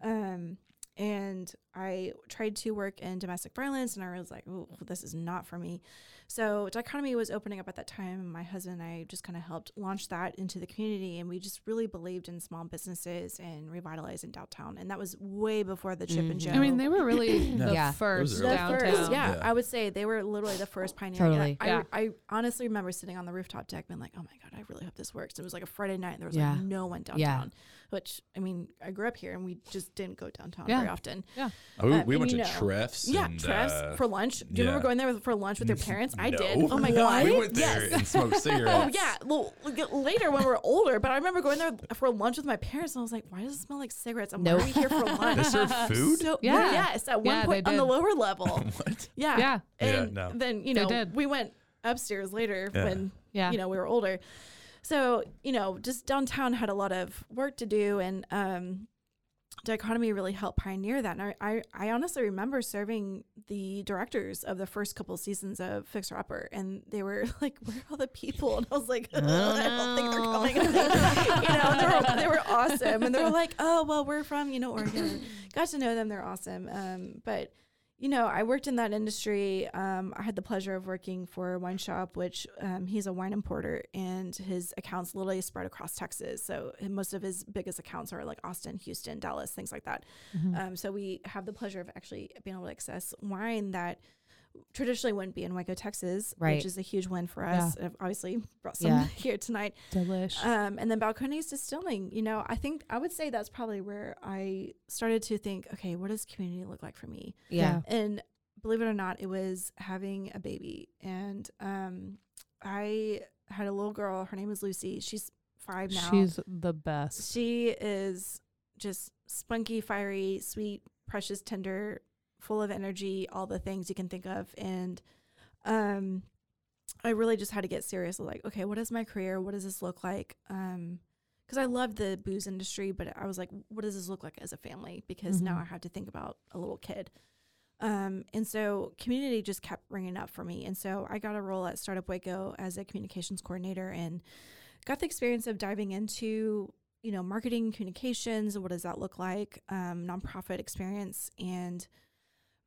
Speaker 4: Um, and I tried to work in domestic violence, and I was like, "Oh, this is not for me." So dichotomy was opening up at that time. and My husband and I just kind of helped launch that into the community, and we just really believed in small businesses and revitalizing downtown. And that was way before the chip and
Speaker 1: Mhm.
Speaker 4: Joe.
Speaker 2: Mm-hmm. I mean, they were really
Speaker 3: No.
Speaker 2: the
Speaker 1: Yeah.
Speaker 2: first
Speaker 3: Those are- The
Speaker 2: downtown.
Speaker 4: First, yeah,
Speaker 3: Yeah.
Speaker 4: I would say they were literally the first pioneer.
Speaker 1: Totally.
Speaker 4: I,
Speaker 2: Yeah.
Speaker 4: I, I honestly remember sitting on the rooftop deck being like, oh my God, I really hope this works. It was like a Friday night and there was
Speaker 1: Yeah.
Speaker 4: like no one downtown.
Speaker 1: Yeah.
Speaker 4: I which I mean, I grew up here and we just didn't go downtown
Speaker 2: Yeah.
Speaker 4: very often.
Speaker 3: Oh, we
Speaker 4: Uh,
Speaker 3: we
Speaker 4: and
Speaker 3: went
Speaker 4: you
Speaker 3: to
Speaker 4: know.
Speaker 3: Treff's.
Speaker 4: yeah,
Speaker 3: and,
Speaker 4: Treff's
Speaker 3: uh,
Speaker 4: for lunch. Do you remember
Speaker 3: yeah.
Speaker 4: going there with- for lunch with your parents? I did.
Speaker 3: No.
Speaker 4: Oh my god.
Speaker 3: We went there
Speaker 4: Yes.
Speaker 3: and smoked cigarettes.
Speaker 4: Oh yeah, well, like, later when we were older, but I remember going there for lunch with my parents, and I was like, "Why does it smell like cigarettes? And why are we here for lunch?"
Speaker 3: They serve food.
Speaker 4: So,
Speaker 2: Yeah.
Speaker 4: yes, at one
Speaker 2: Yeah, they
Speaker 4: point on the
Speaker 2: did.
Speaker 4: lower level.
Speaker 3: what?
Speaker 4: Yeah.
Speaker 2: Yeah.
Speaker 3: Yeah,
Speaker 4: And
Speaker 3: no.
Speaker 4: then, you
Speaker 2: They
Speaker 4: know,
Speaker 2: did.
Speaker 4: we went upstairs later
Speaker 3: Yeah.
Speaker 4: when,
Speaker 2: Yeah.
Speaker 4: you know, we were older. So, you know, just downtown had a lot of work to do and um, Dichotomy really helped pioneer that. And I, I, I honestly remember serving the directors of the first couple seasons of Fixer Upper and they were like, where are all the people? And I was like, "Oh, I don't think
Speaker 2: Oh,
Speaker 4: they're coming. you know, they were, they were awesome. And they were like, oh, well, we're from, you know, Oregon. Got to know them. They're awesome. Um, but you know, I worked in that industry. Um, I had the pleasure of working for a wine shop, which um, he's a wine importer, and his accounts literally spread across Texas. So and most of his biggest accounts are like Austin, Houston, Dallas, things like that.
Speaker 2: Mm-hmm.
Speaker 1: Mm.
Speaker 4: Um, so we have the pleasure of actually being able to access wine that traditionally wouldn't be in Waco, Texas,
Speaker 1: Right.
Speaker 4: which is a huge win for
Speaker 2: Yeah.
Speaker 4: us. I've obviously brought some
Speaker 1: Yeah.
Speaker 4: here tonight.
Speaker 2: Delish.
Speaker 4: Um, and then balconies distilling. You know, I think I would say that's probably where I started to think, okay, what does community look like for me?
Speaker 1: Yeah.
Speaker 4: and believe it or not, it was having a baby. And um, I had a little girl. Her name is Lucy. She's five now.
Speaker 2: She's the best.
Speaker 4: she is just spunky, fiery, sweet, precious, tender, full of energy, all the things you can think of. And um, I really just had to get serious. with, Like, okay, what is my career? What does this look like? Um, because I love the booze industry, but I was like, what does this look like as a family? Because now
Speaker 2: Mhm.
Speaker 4: I have to think about a little kid. Um, and so community just kept ringing up for me. And so I got a role at Startup Waco as a communications coordinator and got the experience of diving into, you know, marketing, communications, what does that look like, um, nonprofit experience. And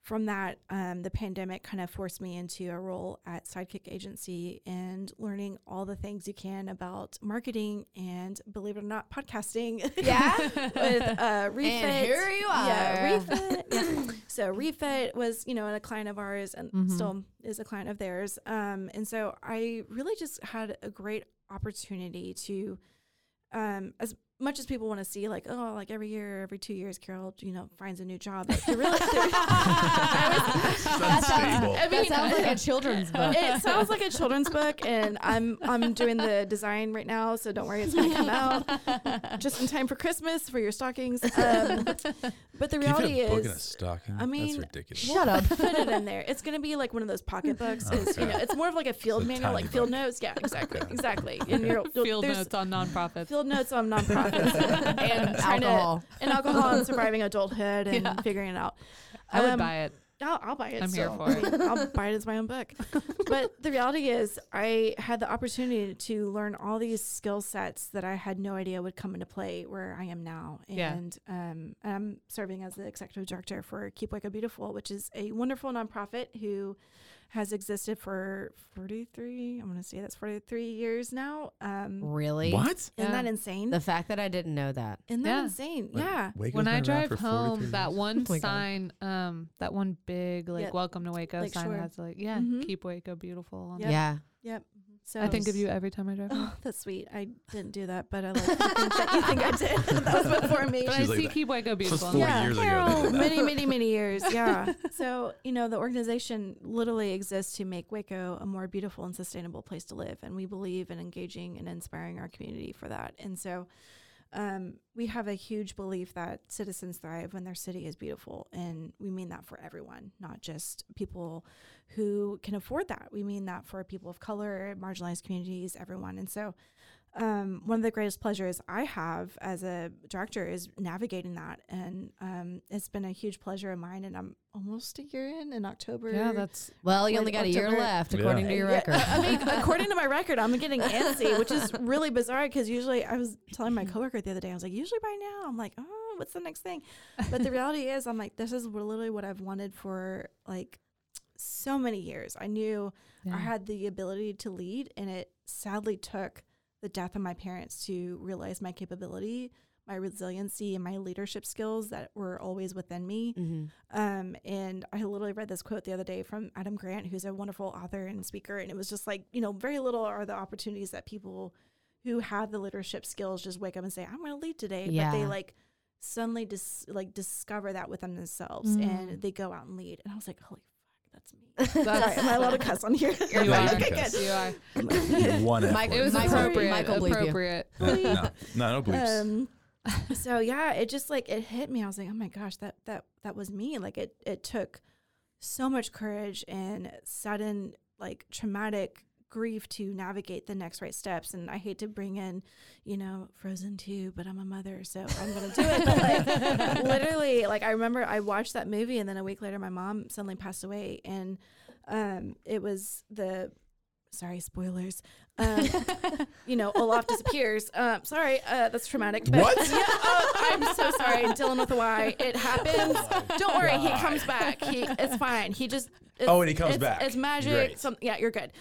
Speaker 4: from that, um, the pandemic kind of forced me into a role at Sidekick Agency and learning all the things you can about marketing and, believe it or not, podcasting.
Speaker 1: Yeah.
Speaker 4: with uh, Refit.
Speaker 1: here you
Speaker 4: Yeah,
Speaker 1: are.
Speaker 4: Refit. yeah. So Refit was, you know, a client of ours and
Speaker 2: Mhm.
Speaker 4: still is a client of theirs. Um, and so I really just had a great opportunity to, um, as much as people want to see, like, oh, like every year, every two years, Carol, you know, finds a new job. But they really,
Speaker 3: That's unstable.
Speaker 4: I
Speaker 1: that
Speaker 4: mean,
Speaker 1: sounds like a children's book.
Speaker 4: it sounds like a children's book, and I'm I'm doing the design right now, so don't worry, it's gonna come out just in time for Christmas for your stockings. Um, but the
Speaker 3: Can you fit
Speaker 4: reality
Speaker 3: a book in a
Speaker 4: is,
Speaker 3: stocking?
Speaker 4: I
Speaker 3: that's
Speaker 4: mean,
Speaker 3: ridiculous.
Speaker 4: shut up, put it in there. It's gonna be like one of those pocketbooks. It's, you know,
Speaker 3: Okay.
Speaker 4: it's more of like a field
Speaker 3: Oh, a
Speaker 4: manual,
Speaker 3: tiny
Speaker 4: like field
Speaker 3: book.
Speaker 4: notes. Yeah, exactly,
Speaker 3: Okay.
Speaker 4: exactly. And you're, you'll-
Speaker 2: Field
Speaker 4: there's
Speaker 2: notes on nonprofits.
Speaker 4: field notes on nonprofits and trying
Speaker 1: alcohol.
Speaker 4: to and alcohol and surviving adulthood and figuring it out.
Speaker 2: I would
Speaker 4: Um,
Speaker 2: buy it.
Speaker 4: I'll, I'll buy it.
Speaker 2: I'm here
Speaker 4: still.
Speaker 2: for
Speaker 4: I
Speaker 2: it.
Speaker 4: mean, I'll buy it as my own book. but the reality is, I had the opportunity to learn all these skill sets that I had no idea would come into play where I am now.
Speaker 2: Yeah.
Speaker 4: And um, I'm serving as the executive director for Keep Waco Beautiful, which is a wonderful nonprofit who has existed for 43, I'm going to say that's 43 years now. Um,
Speaker 1: Really?
Speaker 3: What?
Speaker 4: Isn't that
Speaker 2: Yeah.
Speaker 4: insane?
Speaker 1: The fact that I didn't know that.
Speaker 4: isn't that
Speaker 2: Yeah.
Speaker 4: insane?
Speaker 3: Like,
Speaker 4: yeah.
Speaker 3: Waco's
Speaker 2: When
Speaker 3: been
Speaker 2: I
Speaker 3: around
Speaker 2: drive
Speaker 3: for 43
Speaker 2: home, that
Speaker 3: years?
Speaker 2: one
Speaker 1: Oh my God.
Speaker 2: sign, um, that one big like
Speaker 4: Yep.
Speaker 2: "Welcome to Waco"
Speaker 4: Lake
Speaker 2: sign
Speaker 4: Shore.
Speaker 2: that's like, yeah,
Speaker 4: Mhm.
Speaker 2: keep Waco beautiful. on
Speaker 4: Yep.
Speaker 2: it.
Speaker 1: Yeah.
Speaker 4: So
Speaker 2: I think of you every time I drive. home.
Speaker 4: Oh, that's sweet. I didn't do that, but I like to think that you think I did. that was before me.
Speaker 2: But
Speaker 3: She's
Speaker 2: I
Speaker 3: like
Speaker 2: see
Speaker 3: that.
Speaker 2: keep Waco beautiful.
Speaker 3: four
Speaker 2: on
Speaker 3: Yeah.
Speaker 2: it.
Speaker 3: years ago they
Speaker 4: Carol,
Speaker 3: did that.
Speaker 4: many, many, many years. Yeah. so you know, the organization literally exists to make Waco a more beautiful and sustainable place to live, and we believe in engaging and inspiring our community for that. And so. Um, we have a huge belief that citizens thrive when their city is beautiful, and we mean that for everyone, not just people who can afford that. We mean that for people of color, marginalized communities, everyone. And so, um, one of the greatest pleasures I have as a director is navigating that, and um, it's been a huge pleasure of mine. And I'm almost a year in in October.
Speaker 2: Yeah, that's
Speaker 1: Well, you
Speaker 4: Wait,
Speaker 1: only got a year
Speaker 4: October-
Speaker 1: left,
Speaker 3: Yeah.
Speaker 1: according to your
Speaker 4: Yeah,
Speaker 1: record.
Speaker 4: I mean, according to my record, I'm getting antsy, which is really bizarre because usually I was telling my coworker the other day, I was like, usually by now, I'm like, oh, what's the next thing? But the reality is, I'm like, this is what- literally what I've wanted for like so many years. I knew I had the ability to lead, and it sadly took the death of my parents to realize my capability, my resiliency, and my leadership skills that were always within me.
Speaker 1: Mhm.
Speaker 4: Um, and I literally read this quote the other day from Adam Grant, who's a wonderful author and speaker. And it was just like, you know, very little are the opportunities that people who have the leadership skills just wake up and say, I'm going to lead today. But they
Speaker 1: Yeah.
Speaker 4: like suddenly dis- like discover that within themselves and they go out and lead. And I was like, holy fuck, that's me. Sorry, am I allowed to cuss on here?
Speaker 3: Yeah, you
Speaker 2: are.
Speaker 3: can
Speaker 2: Okay,
Speaker 3: cuss.
Speaker 2: good. You are.
Speaker 3: One F
Speaker 1: Mike-
Speaker 3: word.
Speaker 2: It was
Speaker 1: Michael-
Speaker 2: appropriate.
Speaker 1: Michael believed you.
Speaker 2: appropriate.
Speaker 3: no, no, no, no bleeps.
Speaker 4: Um, so yeah, it just like it hit me. I was like, oh my gosh, that that that was me. Like it it took so much courage and sudden like traumatic grief to navigate the next right steps. And I hate to bring in, you know, Frozen two, but I'm a mother, so I'm gonna do it. But like literally, like I remember I watched that movie, and then a week later, my mom suddenly passed away, and um, it was the sorry spoilers. Um, you know, Olaf disappears. Um, sorry, uh, that's traumatic. But
Speaker 3: What?
Speaker 4: Yeah, uh, I'm so sorry. Dylan with a Y. It happens. Don't worry, he comes back. He it's fine. He just it's,
Speaker 3: Oh, and he comes
Speaker 4: it's,
Speaker 3: back.
Speaker 4: It's magic.
Speaker 3: Great.
Speaker 4: Some- yeah, you're good.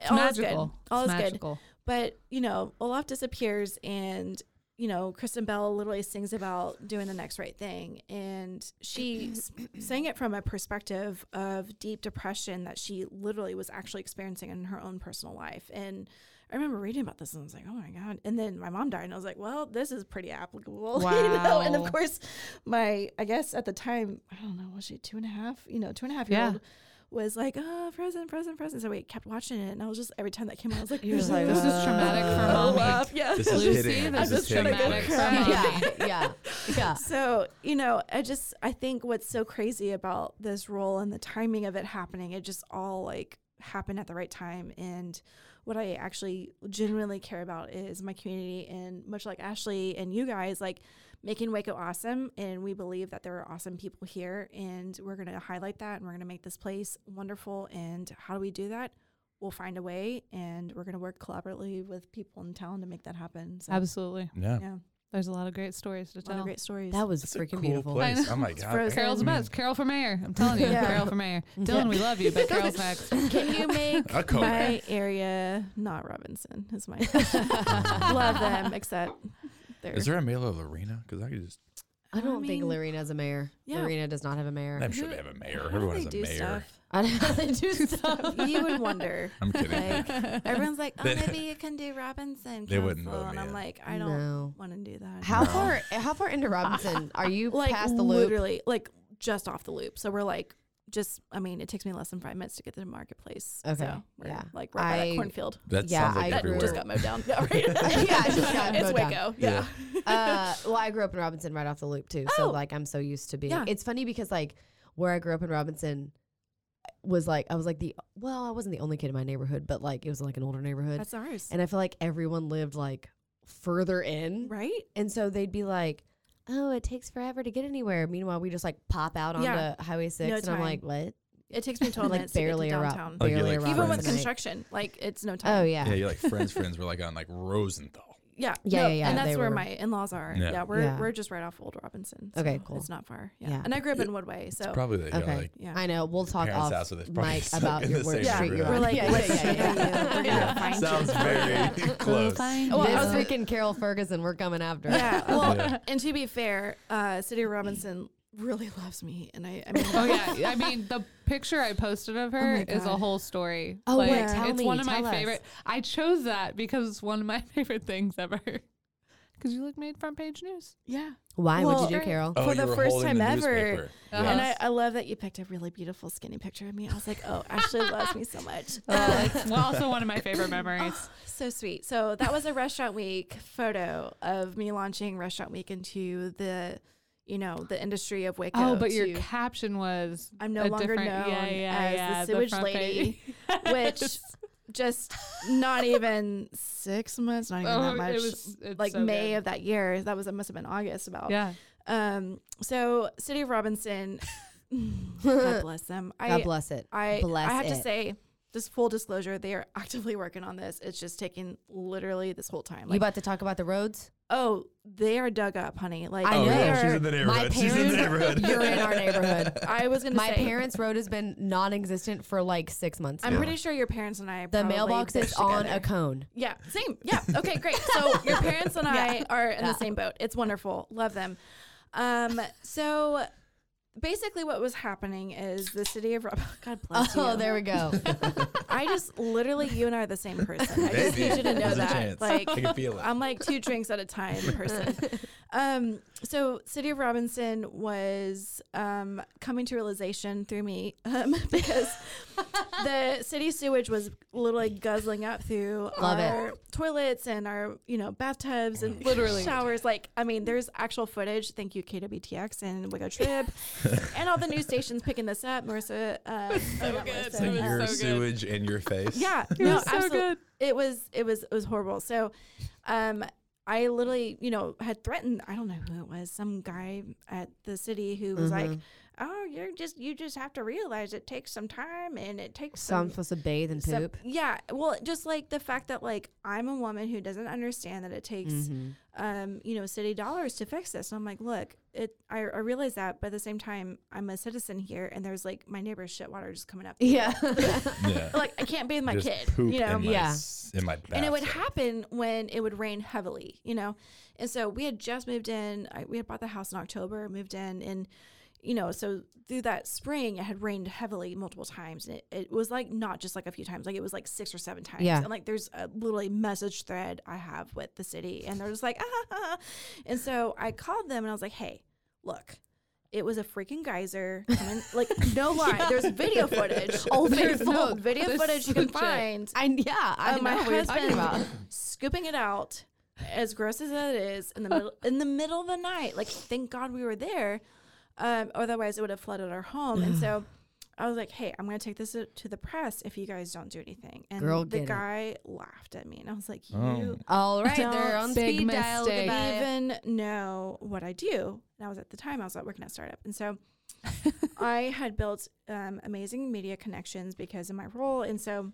Speaker 2: It's
Speaker 4: All
Speaker 2: magical.
Speaker 4: is good. All
Speaker 2: it's
Speaker 4: is good.
Speaker 2: magical.
Speaker 4: But you know, Olaf disappears, and you know, Kristen Bell literally sings about doing the next right thing, and she s- sang it from a perspective of deep depression that she literally was actually experiencing in her own personal life. And I remember reading about this, and I was like, "Oh my god!" And then my mom died, and I was like, "Well, this is pretty applicable." you know? And of
Speaker 2: Wow.
Speaker 4: course, my I guess at the time, I don't know, was she two and a half? You know, two and a half year
Speaker 2: Yeah.
Speaker 4: old. Was like, oh, frozen, frozen, frozen. So we kept watching it, and I was just every time that came on, I was like,
Speaker 1: You're just like,
Speaker 2: This is traumatic for
Speaker 4: Oh,
Speaker 2: mommy.
Speaker 4: up, yeah.
Speaker 3: This is
Speaker 2: Lucy,
Speaker 3: hitting.
Speaker 2: this
Speaker 3: This
Speaker 2: is
Speaker 3: is hitting.
Speaker 2: traumatic
Speaker 3: place.
Speaker 2: for me.
Speaker 1: yeah, yeah, yeah.
Speaker 4: So, you know, I just I think what's so crazy about this role and the timing of it happening, it just all like happened at the right time and what I actually genuinely care about is my community and much like Ashley and you guys like making Waco awesome and we believe that there are awesome people here and we're going to highlight that and we're going to make this place wonderful and how do we do that? We'll find a way and we're going to work collaboratively with people in town to make that happen. So,
Speaker 2: Absolutely.
Speaker 3: Yeah.
Speaker 4: yeah,
Speaker 2: There's a lot of great stories to
Speaker 4: a lot of
Speaker 2: tell.
Speaker 4: great stories.
Speaker 1: That was
Speaker 3: It's
Speaker 1: freaking
Speaker 3: a cool
Speaker 1: beautiful.
Speaker 3: place.
Speaker 2: I
Speaker 3: Oh my god.
Speaker 4: frozen. Mm.
Speaker 2: Carol's the
Speaker 3: I mean,
Speaker 2: best. Carol for mayor. I'm telling you.
Speaker 4: Yeah. Mm-hmm.
Speaker 2: Carol for mayor. Dylan, we love you, but Carol's next.
Speaker 4: Can you make
Speaker 3: A co-mayor.
Speaker 4: my area not Robinson? Is my question. love them, except they're
Speaker 3: Is there a male of Lorena? Because I could just.
Speaker 1: I don't think
Speaker 4: mean,
Speaker 1: Lorena has a mayor.
Speaker 4: yeah.
Speaker 1: Lorena does not have a mayor.
Speaker 3: I'm sure they have a mayor.
Speaker 4: How do
Speaker 3: Everyone
Speaker 4: they
Speaker 3: has a
Speaker 4: do
Speaker 3: mayor.
Speaker 4: stuff?
Speaker 1: I don't know how they do stuff.
Speaker 4: You would wonder.
Speaker 3: I'm kidding.
Speaker 4: Like, everyone's like, oh,
Speaker 3: They-
Speaker 4: maybe you can do Robinson.
Speaker 3: They wouldn't
Speaker 4: Council,"
Speaker 3: vote
Speaker 4: and
Speaker 3: me
Speaker 4: I'm
Speaker 3: in.
Speaker 4: like, I don't
Speaker 1: No.
Speaker 4: want to do that.
Speaker 1: How far? How far into Robinson are you
Speaker 4: Like
Speaker 1: past the loop?
Speaker 4: literally, like just off the loop. So we're like, just I mean, it takes me less than five minutes to get to the marketplace.
Speaker 1: Okay,
Speaker 4: So we're
Speaker 1: yeah.
Speaker 4: like right by
Speaker 1: I-
Speaker 4: that cornfield.
Speaker 3: That
Speaker 1: Yeah,
Speaker 3: sounds like
Speaker 1: I
Speaker 3: everywhere.
Speaker 1: grew-
Speaker 4: Just got mowed down. Yeah, right.
Speaker 1: Yeah, I just got
Speaker 4: it's
Speaker 1: mowed down.
Speaker 4: Waco. Yeah.
Speaker 1: uh, well, I grew up in Robinson right off the loop too. So
Speaker 4: Oh.
Speaker 1: like I'm so used to being.
Speaker 4: Yeah.
Speaker 1: It's funny because like where I grew up in Robinson was like I was like the well I wasn't the only kid in my neighborhood, but like it was like an older neighborhood,
Speaker 4: That's ours.
Speaker 1: and I feel like everyone lived like further in,
Speaker 4: right?
Speaker 1: and so they'd be like. Oh, it takes forever to get anywhere. Meanwhile, we just like pop out onto
Speaker 4: Yeah.
Speaker 1: Highway Six,
Speaker 4: No
Speaker 1: and I'm
Speaker 4: time.
Speaker 1: like, "What?
Speaker 4: It takes me 12
Speaker 1: like
Speaker 4: minutes
Speaker 1: barely
Speaker 4: to get to
Speaker 1: arrive.
Speaker 4: downtown.
Speaker 3: Like, you're,
Speaker 1: barely
Speaker 3: Oh, like,
Speaker 1: arrive
Speaker 4: Even with
Speaker 3: Robinson Night.
Speaker 4: construction, like it's no
Speaker 1: Oh
Speaker 4: time.
Speaker 1: yeah,
Speaker 3: Yeah, you're like friends. Friends were like on like Rosenthal.
Speaker 4: yeah,
Speaker 1: Yeah, yeah, yeah,
Speaker 4: And that's
Speaker 1: they
Speaker 4: where
Speaker 1: were-
Speaker 4: my in-laws are.
Speaker 3: Yeah.
Speaker 4: Yeah, we're
Speaker 1: Yeah.
Speaker 4: we're just right off Old Robinson.
Speaker 1: Okay,
Speaker 4: so
Speaker 1: cool.
Speaker 4: It's not far. Yeah.
Speaker 1: Yeah.
Speaker 4: and I grew up in Woodway,
Speaker 3: It's
Speaker 4: so
Speaker 3: probably like,
Speaker 1: Okay.
Speaker 3: like
Speaker 4: yeah,
Speaker 1: I know. We'll talk
Speaker 3: parents'
Speaker 1: off
Speaker 3: house, so they're probably
Speaker 1: Mike
Speaker 3: stuck
Speaker 1: about
Speaker 3: in
Speaker 1: your,
Speaker 3: the
Speaker 1: what
Speaker 3: same
Speaker 1: street
Speaker 3: neighborhood.
Speaker 1: you're
Speaker 4: we're
Speaker 1: on.
Speaker 4: like,
Speaker 1: yeah,
Speaker 4: let's
Speaker 1: yeah, yeah, yeah, yeah.
Speaker 4: We're
Speaker 3: Yeah.
Speaker 4: gonna find
Speaker 3: Sounds
Speaker 4: you.
Speaker 3: very close.
Speaker 2: Fine.
Speaker 4: Well, I
Speaker 1: this
Speaker 4: was
Speaker 1: freaking Carol Ferguson, we're coming after. her.
Speaker 4: Yeah. Well,
Speaker 3: Yeah.
Speaker 4: and to be fair, uh, City of Robinson really loves me, and I, I mean,
Speaker 2: oh yeah, I mean the picture I posted of her
Speaker 4: my
Speaker 2: is a
Speaker 4: God.
Speaker 2: whole story.
Speaker 1: Oh,
Speaker 2: like,
Speaker 1: wait, tell
Speaker 2: it's
Speaker 1: me,
Speaker 2: one of
Speaker 1: tell
Speaker 2: my
Speaker 1: us.
Speaker 2: favorite. I chose that because it's one of my favorite things ever. Because you like made front page news.
Speaker 4: yeah.
Speaker 1: Why? would
Speaker 4: Well-
Speaker 1: you do, Carol?
Speaker 3: Oh,
Speaker 4: For
Speaker 3: you
Speaker 4: the
Speaker 3: were
Speaker 4: first
Speaker 3: holding
Speaker 4: time
Speaker 3: the
Speaker 4: ever.
Speaker 3: newspaper.
Speaker 2: Uh-huh.
Speaker 3: Yeah.
Speaker 4: And I, I love that you picked a really beautiful skinny picture of me. I was like, oh, Ashley loves me so much.
Speaker 1: Oh,
Speaker 2: Uh, it's well, also one of my favorite memories.
Speaker 4: Oh, So sweet. So that was a restaurant week photo of me launching restaurant week into the, you know, the industry of Waco.
Speaker 2: Oh, but your
Speaker 4: to-
Speaker 2: caption was
Speaker 4: I'm no
Speaker 2: a
Speaker 4: longer
Speaker 2: different-
Speaker 4: known
Speaker 2: yeah, yeah,
Speaker 4: as
Speaker 2: yeah,
Speaker 4: the sewage
Speaker 2: front
Speaker 4: lady,
Speaker 2: page.
Speaker 4: which just not even six months, not even
Speaker 2: Oh,
Speaker 4: that
Speaker 2: it
Speaker 4: much.
Speaker 2: was- it's
Speaker 4: like
Speaker 2: so
Speaker 4: May
Speaker 2: good.
Speaker 4: of that year. That was it must have been August about.
Speaker 2: yeah.
Speaker 4: Um. So City of Robinson, God bless them. I
Speaker 1: God bless it.
Speaker 4: I
Speaker 1: bless
Speaker 4: I have to
Speaker 1: it.
Speaker 4: say. Just full disclosure, they are actively working on this. It's just taking literally this whole time.
Speaker 1: you
Speaker 4: Like,
Speaker 1: about to talk about the roads?
Speaker 4: Oh, they are dug up, honey. Like
Speaker 1: I
Speaker 3: Oh,
Speaker 1: know.
Speaker 4: they
Speaker 3: yeah,
Speaker 4: are,
Speaker 3: she's in the
Speaker 1: My
Speaker 3: neighborhood.
Speaker 1: parents,
Speaker 3: She's in the neighborhood.
Speaker 1: you're in our neighborhood.
Speaker 4: I was gonna
Speaker 1: My
Speaker 4: say
Speaker 1: parents' road has been non-existent for like six months.
Speaker 4: I'm
Speaker 1: now.
Speaker 4: pretty sure your parents and I.
Speaker 1: the
Speaker 4: probably
Speaker 1: mailbox
Speaker 4: bitched
Speaker 1: is on a
Speaker 4: together.
Speaker 1: cone.
Speaker 4: Yeah, same. Yeah. Okay, great. So your parents and I are in the same boat. It's wonderful. Love them. Um, so basically what was happening is the city of Rob. God bless you.
Speaker 1: Oh, there we go.
Speaker 4: I just literally you and I are the same person. I just
Speaker 3: Maybe.
Speaker 4: need you to know
Speaker 3: There's a
Speaker 4: that.
Speaker 3: chance.
Speaker 4: Like
Speaker 3: I can feel it.
Speaker 4: I'm like two drinks at a time person. um, so City of Robinson was um, coming to realization through me um, because the city sewage was literally guzzling up through
Speaker 1: Love it.
Speaker 4: our toilets and our you know bathtubs and
Speaker 2: Literally.
Speaker 4: showers. Like I mean, there's actual footage. Thank you KWTX and Wiggo Trip and all the news stations picking this up. Marissa, uh, so
Speaker 2: good.
Speaker 3: Like
Speaker 2: It was so
Speaker 3: your
Speaker 2: good.
Speaker 3: sewage in your face.
Speaker 4: yeah,
Speaker 2: It
Speaker 4: no,
Speaker 2: was so
Speaker 4: absolutely.
Speaker 2: good.
Speaker 4: It was it was it was horrible. So, um, I literally, you know, had threatened. I don't know who it was. Some guy at the city who was like, "Oh, you're just you just have to realize it takes some time and it takes
Speaker 1: so I'm
Speaker 4: some."
Speaker 1: supposed to bathe and
Speaker 4: some-
Speaker 1: poop.
Speaker 4: yeah, well, just like the fact that like I'm a woman who doesn't understand that it takes, um, you know, city dollars to fix this. And I'm like, look, it. I, I realize that, but at the same time, I'm a citizen here, and there's like my neighbor's shit water just coming up.
Speaker 1: Yeah.
Speaker 3: Yeah.
Speaker 4: like I can't bathe Oh, my
Speaker 3: Just
Speaker 4: kid.
Speaker 3: poop
Speaker 4: you know,
Speaker 3: in my,
Speaker 1: Yeah.
Speaker 3: s- in my
Speaker 4: and it would
Speaker 3: bathtub.
Speaker 4: happen when it would rain heavily, you know. And so we had just moved in. I, we had bought the house in October, moved in, and you know, so through that spring, it had rained heavily multiple times. And it, it was like not just like a few times, like it was like six or seven times.
Speaker 1: Yeah.
Speaker 4: And like there's a literally message thread I have with the city, and they're just like, ah, ah, ah. and so I called them and I was like, hey, look. It was a freaking geyser. coming- like, no lie. There's video footage. Old
Speaker 2: Faithful.
Speaker 4: video
Speaker 2: This
Speaker 4: footage you can
Speaker 2: legit.
Speaker 4: find
Speaker 1: I, yeah. I
Speaker 4: uh,
Speaker 1: know
Speaker 4: my
Speaker 1: what you're talking
Speaker 4: husband
Speaker 1: about.
Speaker 4: scooping it out, as gross as that is, in the middle in the middle of the night. Like, thank God we were there. Um, otherwise, it would have flooded our home. and so, I was like, "Hey, I'm going to take this uh, to the press if you guys don't do anything." And
Speaker 1: Girl,
Speaker 4: the
Speaker 1: get it.
Speaker 4: guy laughed at me, and I was like, "You
Speaker 3: Oh.
Speaker 1: All right,
Speaker 4: Don't
Speaker 1: they're on
Speaker 2: big
Speaker 1: speed dial.
Speaker 2: mistake.
Speaker 1: Goodbye.
Speaker 4: even know what I do. And I was at the time I was out working at a startup, and so I had built um, amazing media connections because of my role. And so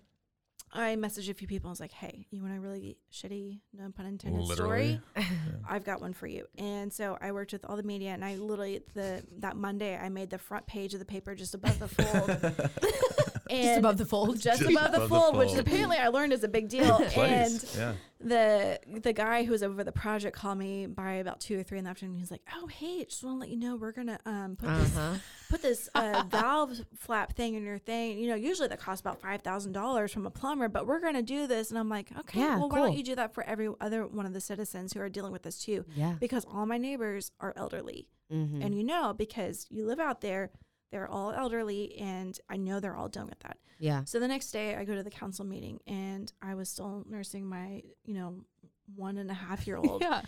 Speaker 4: I messaged a few people. I was like, "Hey, you want a really shitty, no pun intended,
Speaker 3: Literally.
Speaker 4: story? I've got one for you." And so I worked with all the media, and I literally the that Monday I made the front page of the paper just above the fold.
Speaker 1: Just above the fold.
Speaker 3: Just
Speaker 4: just, above the
Speaker 3: above the
Speaker 4: fold, which
Speaker 3: fold.
Speaker 4: apparently I learned is a big deal. and
Speaker 3: Place. Yeah.
Speaker 4: the the guy who was over the project called me by about two or three in the afternoon. He's like, "Oh, hey, just want to let you know we're gonna um put
Speaker 1: Uh-huh.
Speaker 4: this put this uh, valve flap thing in your thing. You know, usually that costs about five thousand dollars from a plumber, but we're gonna do this." And I'm like, "Okay,
Speaker 1: Yeah,
Speaker 4: well, why don't
Speaker 1: cool.
Speaker 4: you do that for every other one of the citizens who are dealing with this too?
Speaker 1: Yeah. Mm-hmm.
Speaker 4: Because all my neighbors are elderly, and you know, because you live out there, they're all elderly, and I know they're all dealing with that."
Speaker 1: Yeah.
Speaker 4: So the next day, I go to the council meeting, and I was still nursing my, you know, one and a half year old,
Speaker 2: Yeah.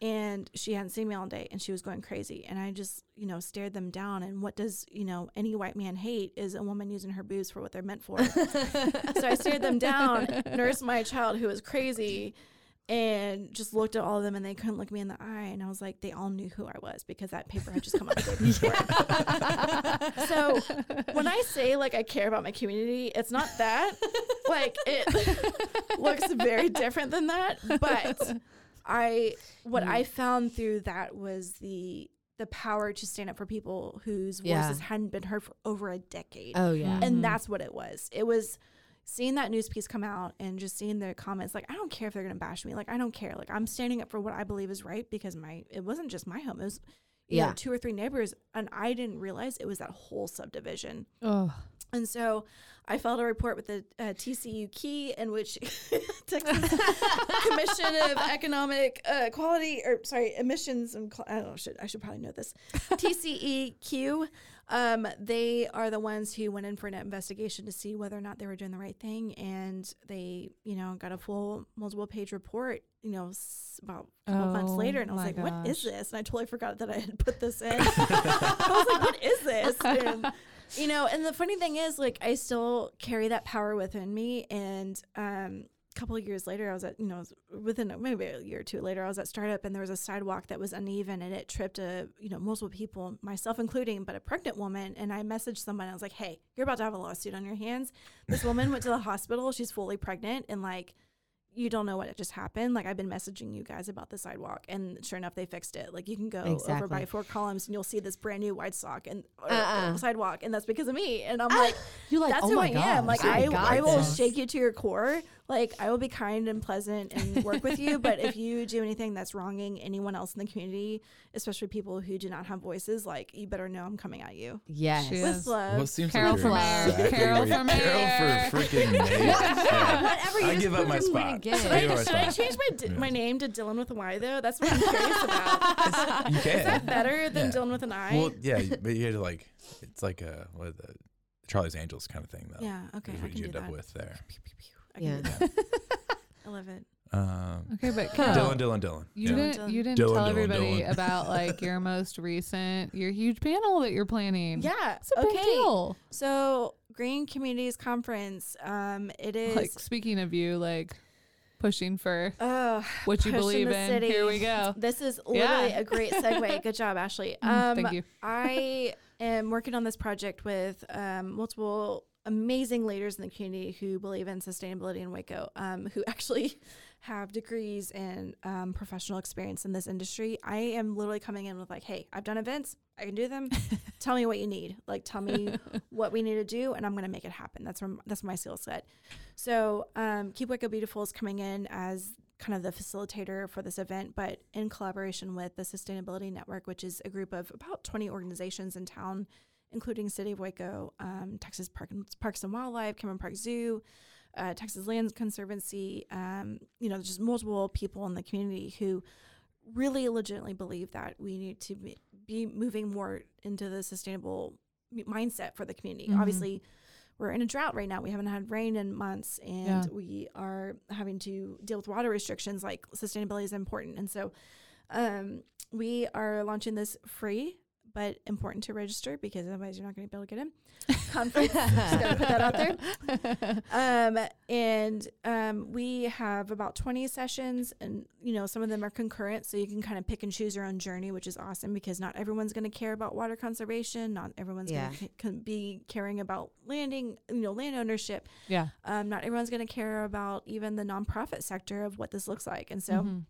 Speaker 4: and she hadn't seen me all day, and she was going crazy, and I just, you know, stared them down. And what does, you know, any white man hate is a woman using her boobs for what they're meant for. so I stared them down, nursed my child who was crazy. And just looked at all of them, and they couldn't look me in the eye. And I was like, they all knew who I was because that paper had just come out. The day before. So when I say like I care about my community, it's not that. like it looks very different than that, but I what
Speaker 1: Mm.
Speaker 4: I found through that was the the power to stand up for people whose
Speaker 1: Yeah.
Speaker 4: voices hadn't been heard for over a decade.
Speaker 1: Oh yeah.
Speaker 4: And that's what it was. It was seeing that news piece come out and just seeing their comments like i don't care if they're going to bash me like i don't care like i'm standing up for what i believe is right because my it wasn't just my home it was you know,
Speaker 1: Yeah.
Speaker 4: two or three neighbors and i didn't realize it was that whole subdivision
Speaker 2: Oh,
Speaker 4: and so I filed a report with the uh, TCU Key, in which Texas Commission of Economic uh, Quality, or sorry, Emissions and Cl- I don't know, should, I should probably know this. TCEQ, um, they are the ones who went in for an investigation to see whether or not they were doing the right thing, and they, you know, got a full multiple page report. You know, s- about a couple months
Speaker 2: Oh,
Speaker 4: later, and I was
Speaker 2: my
Speaker 4: like, "What is
Speaker 2: gosh.
Speaker 4: this?" And I totally forgot that I had put this in. I was like, "What is this?" And, you know and the funny thing is like i still carry that power within me and um a couple of years later i was at you know within a- maybe a year or two later i was at startup and there was a sidewalk that was uneven and it tripped a you know multiple people myself including but a pregnant woman and i messaged someone i was like hey you're about to have a lawsuit on your hands this woman went to the hospital she's fully pregnant and like you don't know what just happened. Like I've been messaging you guys about the sidewalk, and sure enough, they fixed it. Like you can go over
Speaker 1: Exactly.
Speaker 4: by four columns, and you'll see this brand new white sock and or, uh,
Speaker 1: Uh-uh.
Speaker 4: sidewalk, and that's because of me. And I'm like,
Speaker 1: You're like,
Speaker 4: that's
Speaker 1: oh
Speaker 4: who
Speaker 1: my
Speaker 4: I am.
Speaker 1: gosh,
Speaker 4: Like
Speaker 1: oh my
Speaker 4: I, I will
Speaker 1: goodness.
Speaker 4: shake you to your core. like I will be kind and pleasant and work with you, but if you do anything that's wronging anyone else in the community, especially people who do not have voices, like you better know I'm coming at you
Speaker 1: Yes.
Speaker 2: She
Speaker 4: with
Speaker 2: Yes.
Speaker 4: love.
Speaker 3: Well, it seems
Speaker 2: Carol
Speaker 3: like
Speaker 2: for
Speaker 3: you're
Speaker 2: mayor.
Speaker 3: exactly
Speaker 2: Carol
Speaker 3: where you-
Speaker 2: for mayor.
Speaker 3: Carol for freaking mayor. Yeah.
Speaker 4: Whatever
Speaker 3: I
Speaker 4: you
Speaker 3: give up my
Speaker 1: freaking way to
Speaker 3: spot.
Speaker 1: get
Speaker 3: I
Speaker 1: it.
Speaker 3: give up my
Speaker 4: Should I
Speaker 3: spot.
Speaker 4: change my d-
Speaker 3: Yeah.
Speaker 4: my name to Dylan with a Y though? That's what I'm curious about.
Speaker 3: You can.
Speaker 4: Is that better than
Speaker 3: Yeah.
Speaker 4: Dylan with an I?
Speaker 3: Well, yeah, but you had to like, it's like a what is it, Charlie's Angels kind of thing though.
Speaker 4: yeah. Okay.
Speaker 3: is
Speaker 4: I
Speaker 3: what
Speaker 4: can
Speaker 3: you
Speaker 4: do
Speaker 3: end up
Speaker 4: that.
Speaker 3: with there.
Speaker 4: Pew, pew, pew. I
Speaker 1: Yeah.
Speaker 4: can do that. I love it.
Speaker 3: Um,
Speaker 2: Okay, but Carol,
Speaker 3: Dylan,
Speaker 4: Oh.
Speaker 3: Dylan, Dylan.
Speaker 2: you
Speaker 3: Yeah.
Speaker 2: didn't you didn't
Speaker 3: Dylan,
Speaker 2: tell
Speaker 3: Dylan,
Speaker 2: everybody
Speaker 3: Dylan.
Speaker 2: about like your most recent your huge panel that you're planning.
Speaker 4: Yeah.
Speaker 2: It's a big deal.
Speaker 4: So Green Communities Conference. Um, it is.
Speaker 2: Like speaking of you, like pushing for
Speaker 4: oh,
Speaker 2: what you
Speaker 4: pushing
Speaker 2: believe
Speaker 4: the
Speaker 2: in.
Speaker 4: city.
Speaker 2: Here we go.
Speaker 4: This is literally
Speaker 2: Yeah.
Speaker 4: a great segue. Good job, Ashley.
Speaker 2: Mm,
Speaker 4: Um,
Speaker 2: Thank you.
Speaker 4: I am working on this project with um, multiple amazing leaders in the community who believe in sustainability in Waco, um, who actually have degrees and um, professional experience in this industry. I am literally coming in with like, hey, I've done events, I can do them. tell me what you need. Like, tell me what we need to do, and I'm going to make it happen. That's from that's my skill set. So, um, Keep Waco Beautiful is coming in as kind of the facilitator for this event, but in collaboration with the Sustainability Network, which is a group of about 20 organizations in town, including City of Waco, um, Texas Park, Parks and Wildlife, Cameron Park Zoo, uh, Texas Land Conservancy. Um, you know, just multiple people in the community who really legitimately believe that we need to be, be moving more into the sustainable m- mindset for the community.
Speaker 2: Mhm.
Speaker 4: Obviously, we're in a drought right now. We haven't had rain in months, and
Speaker 2: Yeah.
Speaker 4: we are having to deal with water restrictions. Like sustainability is important, and so um, we are launching this free but important to register because otherwise you're not going to be able to get in. Conference, just gonna put that out there. Um, and um, we have about 20 sessions, and you know, some of them are concurrent, so you can kind of pick and choose your own journey, which is awesome because not everyone's going to care about water conservation, not everyone's
Speaker 1: Yeah.
Speaker 4: going to can be caring about landing, you know, land ownership.
Speaker 2: Yeah.
Speaker 4: Um, not everyone's going to care about even the nonprofit sector of what this looks like, and so
Speaker 2: Mhm.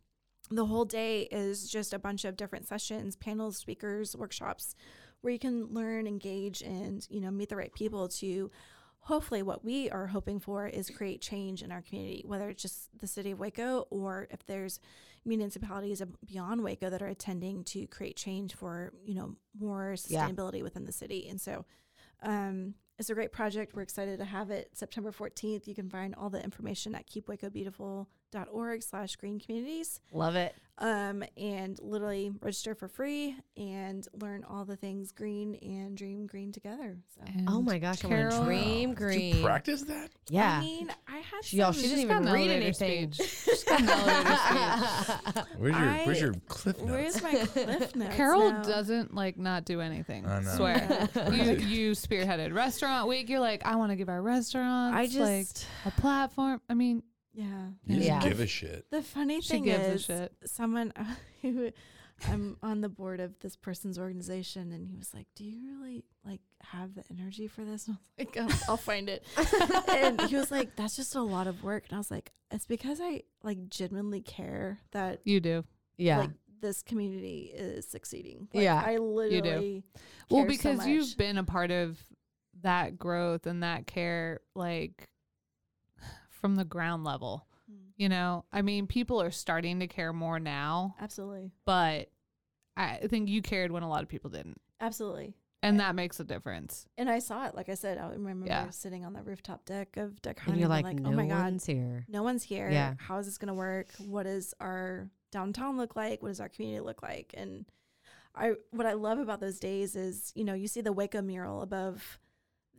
Speaker 4: the whole day is just a bunch of different sessions, panels, speakers, workshops where you can learn, engage and, you know, meet the right people to hopefully what we are hoping for is create change in our community, whether it's just the city of Waco or if there's municipalities ab- beyond Waco that are attending to create change for, you know, more
Speaker 1: Yeah.
Speaker 4: sustainability within the city. And so um it's a great project. We're excited to have it September 14th. You can find all the information at keepwacobeautiful.org slash green communities
Speaker 1: Love it.
Speaker 4: um, and literally register for free and learn all the things green and dream green together. So.
Speaker 1: Oh
Speaker 2: And
Speaker 1: my gosh, I'm
Speaker 2: Carol-
Speaker 1: gonna dream
Speaker 3: Oh. Did you
Speaker 1: green.
Speaker 3: practice that?
Speaker 4: I
Speaker 1: Yeah.
Speaker 4: mean, I had
Speaker 1: She- y'all,
Speaker 4: some-
Speaker 1: she didn't
Speaker 2: She's
Speaker 1: even
Speaker 2: got an
Speaker 1: read
Speaker 2: elevator
Speaker 1: anything.
Speaker 2: speech. She's got an elevator speech.
Speaker 3: Where's your Where's
Speaker 4: I-
Speaker 3: your cliff notes?
Speaker 4: Where's my cliff notes?
Speaker 2: Carol
Speaker 4: now?
Speaker 2: doesn't like not do anything.
Speaker 3: I
Speaker 2: I
Speaker 3: know.
Speaker 2: Swear. Um, you
Speaker 3: Crazy.
Speaker 2: you spearheaded restaurant week. You're like, I want to give our restaurants
Speaker 1: I
Speaker 2: like
Speaker 1: just
Speaker 2: a platform. I mean,
Speaker 4: Yeah.
Speaker 3: You just
Speaker 1: Yeah.
Speaker 3: give a shit.
Speaker 4: The funny
Speaker 2: She
Speaker 4: thing
Speaker 2: gives a
Speaker 4: is,
Speaker 2: shit.
Speaker 4: someone who I'm on the board of this person's organization, and he was like, "Do you really like have the energy for this?" And I was like, "Oh, "I'll find it." and he was like, "That's just a lot of work," and I was like, "It's because I like genuinely care that
Speaker 2: you do.
Speaker 1: yeah.
Speaker 4: like this community is succeeding. Like,
Speaker 1: Yeah,
Speaker 4: I literally
Speaker 2: Well,
Speaker 4: care so
Speaker 2: because you've
Speaker 4: much.
Speaker 2: been a part of that growth and that care, like from the ground level.
Speaker 4: Mm.
Speaker 2: You know, I mean, people are starting to care more now,
Speaker 4: absolutely,
Speaker 2: but I think you cared when a lot of people didn't,
Speaker 4: absolutely.
Speaker 2: and that makes a difference.
Speaker 4: And I saw it. Like I said, I remember
Speaker 2: Yeah.
Speaker 4: sitting on the rooftop deck of Deck
Speaker 1: and
Speaker 4: Honey,
Speaker 1: you're like,
Speaker 4: and like,
Speaker 1: no
Speaker 4: oh my god,
Speaker 1: one's here.
Speaker 4: no one's here.
Speaker 1: Yeah.
Speaker 4: How is this going to work? What does our downtown look like? What does our community look like? And I, what I love about those days is, you know, you see the Waco mural above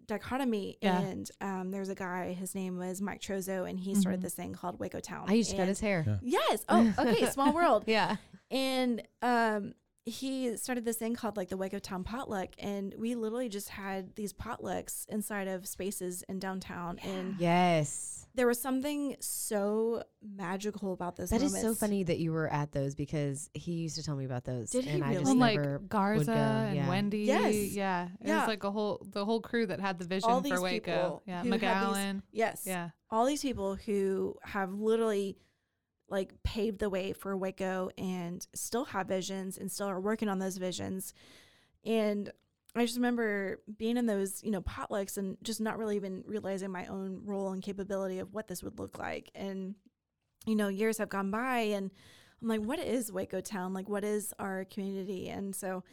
Speaker 4: dichotomy
Speaker 2: Yeah.
Speaker 4: and um, there's a guy his name was mike trozo and he started
Speaker 2: Mhm.
Speaker 4: this thing called waco town
Speaker 1: Mm-hmm. I used to cut
Speaker 4: And-
Speaker 1: his hair.
Speaker 3: Yeah.
Speaker 4: yes oh okay small world
Speaker 1: Yeah.
Speaker 4: and um he started this thing called like the Waco Town Potluck, and we literally just had these potlucks inside of spaces in downtown, and
Speaker 1: Yes.
Speaker 4: there was something so magical about those.
Speaker 1: That is so
Speaker 4: moments.
Speaker 1: funny that you were at those because he used to tell me about those.
Speaker 4: Did he
Speaker 1: and I
Speaker 4: really?
Speaker 1: just
Speaker 2: And like
Speaker 1: never
Speaker 2: Garza
Speaker 1: go,
Speaker 2: and
Speaker 1: yeah.
Speaker 2: Wendy.
Speaker 4: Yes.
Speaker 2: Yeah. It
Speaker 4: Yeah.
Speaker 2: was like a whole the whole crew that had the vision
Speaker 4: All
Speaker 2: for
Speaker 4: these
Speaker 2: Waco.
Speaker 4: people
Speaker 2: Yeah.
Speaker 4: who had these-
Speaker 2: McGowan.
Speaker 4: Yes,
Speaker 2: yeah.
Speaker 4: all these people who have literally like paved the way for Waco and still have visions and still are working on those visions. And I just remember being in those, you know, potlucks and just not really even realizing my own role and capability of what this would look like. And, you know, years have gone by and I'm like, what is Waco Town? Like, what is our community? And so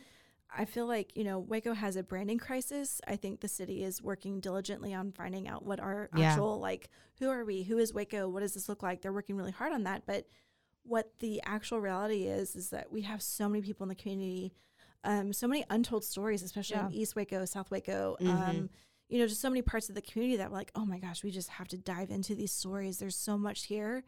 Speaker 4: I feel like, you know, Waco has a branding crisis. I think the city is working diligently on finding out what our
Speaker 5: Yeah.
Speaker 4: actual, like, who are we? Who is Waco? What does this look like? They're working really hard on that. But what the actual reality is, is that we have so many people in the community, um, so many untold stories, especially in
Speaker 2: Yeah.
Speaker 4: East Waco, South Waco. Um,
Speaker 5: Mm-hmm.
Speaker 1: Mhm.
Speaker 4: you know, just so many parts of the community that were like, oh my gosh, we just have to dive into these stories. There's so much here,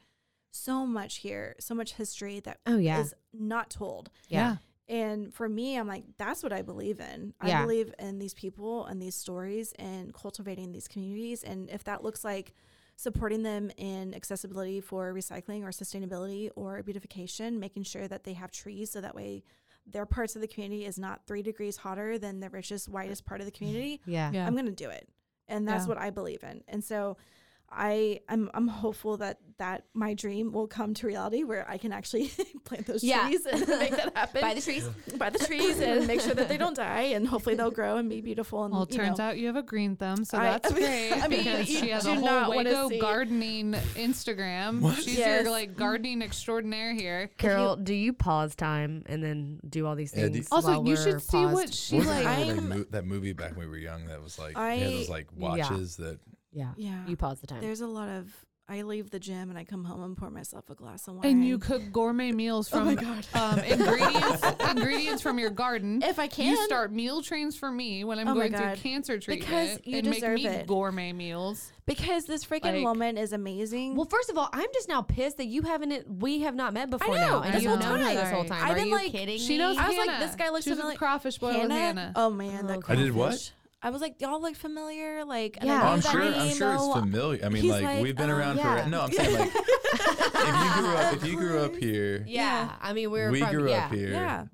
Speaker 4: so much here, so much history that
Speaker 5: Oh, yeah.
Speaker 4: is not told.
Speaker 2: Yeah.
Speaker 4: And for me, I'm like, that's what I believe in. I
Speaker 5: Yeah.
Speaker 4: believe in these people and these stories and cultivating these communities. And if that looks like supporting them in accessibility for recycling or sustainability or beautification, making sure that they have trees so that way their parts of the community is not three degrees hotter than the richest, whitest part of the community.
Speaker 5: Yeah.
Speaker 2: Yeah.
Speaker 4: I'm going to do it. And that's
Speaker 2: Yeah.
Speaker 4: what I believe in. And so I I'm I'm hopeful that that my dream will come to reality where I can actually plant those
Speaker 6: Yeah.
Speaker 4: trees and make that happen.
Speaker 6: By the trees.
Speaker 4: by the trees and make sure that they don't die and hopefully they'll grow and be beautiful and
Speaker 2: Well, it
Speaker 4: you
Speaker 2: turns
Speaker 4: know.
Speaker 2: out you have a green thumb, so
Speaker 4: I-
Speaker 2: that's
Speaker 4: I mean-
Speaker 2: great.
Speaker 4: I mean,
Speaker 2: because
Speaker 4: you
Speaker 2: she has a
Speaker 4: do not
Speaker 2: whole
Speaker 4: wanna
Speaker 2: Wago
Speaker 4: see-
Speaker 2: gardening Instagram. She's
Speaker 4: Yes.
Speaker 2: your like gardening extraordinaire here.
Speaker 1: Carol, do you pause time and then do all these
Speaker 3: Yeah, do-
Speaker 1: things?
Speaker 2: Also,
Speaker 1: while
Speaker 2: you
Speaker 1: we're
Speaker 2: should see what
Speaker 1: paused?
Speaker 2: she
Speaker 3: What was that
Speaker 2: like.
Speaker 3: other
Speaker 4: I'm-
Speaker 3: mo- that movie back when we were young that was like they had
Speaker 4: I-
Speaker 3: those like
Speaker 1: Yeah.
Speaker 3: watches that
Speaker 1: Yeah,
Speaker 4: Yeah.
Speaker 1: you pause the time.
Speaker 4: There's a lot of I leave the gym and I come home and pour myself a glass of wine.
Speaker 2: And you cook gourmet meals
Speaker 4: Oh
Speaker 2: from
Speaker 4: my God.
Speaker 2: um, ingredients ingredients from your garden.
Speaker 4: if I can
Speaker 2: You start meal trains for me when I'm
Speaker 4: Oh my
Speaker 2: going through
Speaker 4: God.
Speaker 2: cancer treatment
Speaker 4: you
Speaker 2: and
Speaker 4: deserve
Speaker 2: make me
Speaker 4: it.
Speaker 2: gourmet meals.
Speaker 4: because this freaking
Speaker 2: Like-
Speaker 4: woman is amazing.
Speaker 1: Well, first of all, I'm just now pissed that you haven't. e, We have not met before
Speaker 4: know,
Speaker 1: now, and
Speaker 4: this
Speaker 1: you've
Speaker 2: whole
Speaker 1: known her
Speaker 2: time.
Speaker 1: this whole
Speaker 2: Sorry.
Speaker 1: time.
Speaker 4: I've
Speaker 1: Are
Speaker 4: been
Speaker 1: you
Speaker 4: like-
Speaker 1: kidding
Speaker 2: She
Speaker 1: me?
Speaker 2: knows
Speaker 4: I was like,
Speaker 2: Hannah.
Speaker 4: this guy looks
Speaker 2: She was at the
Speaker 4: familiar-
Speaker 2: crawfish boil with Hannah.
Speaker 4: Oh man, that
Speaker 3: I did what?
Speaker 4: crawfish. I was like, y'all look familiar. Like, and
Speaker 1: Yeah.
Speaker 4: I
Speaker 3: Oh,
Speaker 4: knew
Speaker 3: I'm
Speaker 4: that
Speaker 3: sure. I'm
Speaker 4: name,
Speaker 3: sure it's
Speaker 4: oh,
Speaker 3: familiar. I mean,
Speaker 4: he's
Speaker 3: like,
Speaker 4: like,
Speaker 3: we've been
Speaker 4: oh,
Speaker 3: around
Speaker 1: yeah.
Speaker 3: for. No, I'm saying like, if you grew up, if you grew up here,
Speaker 1: Yeah, I mean, we're
Speaker 3: we
Speaker 1: from,
Speaker 3: grew
Speaker 1: yeah.
Speaker 3: up here.
Speaker 4: Yeah.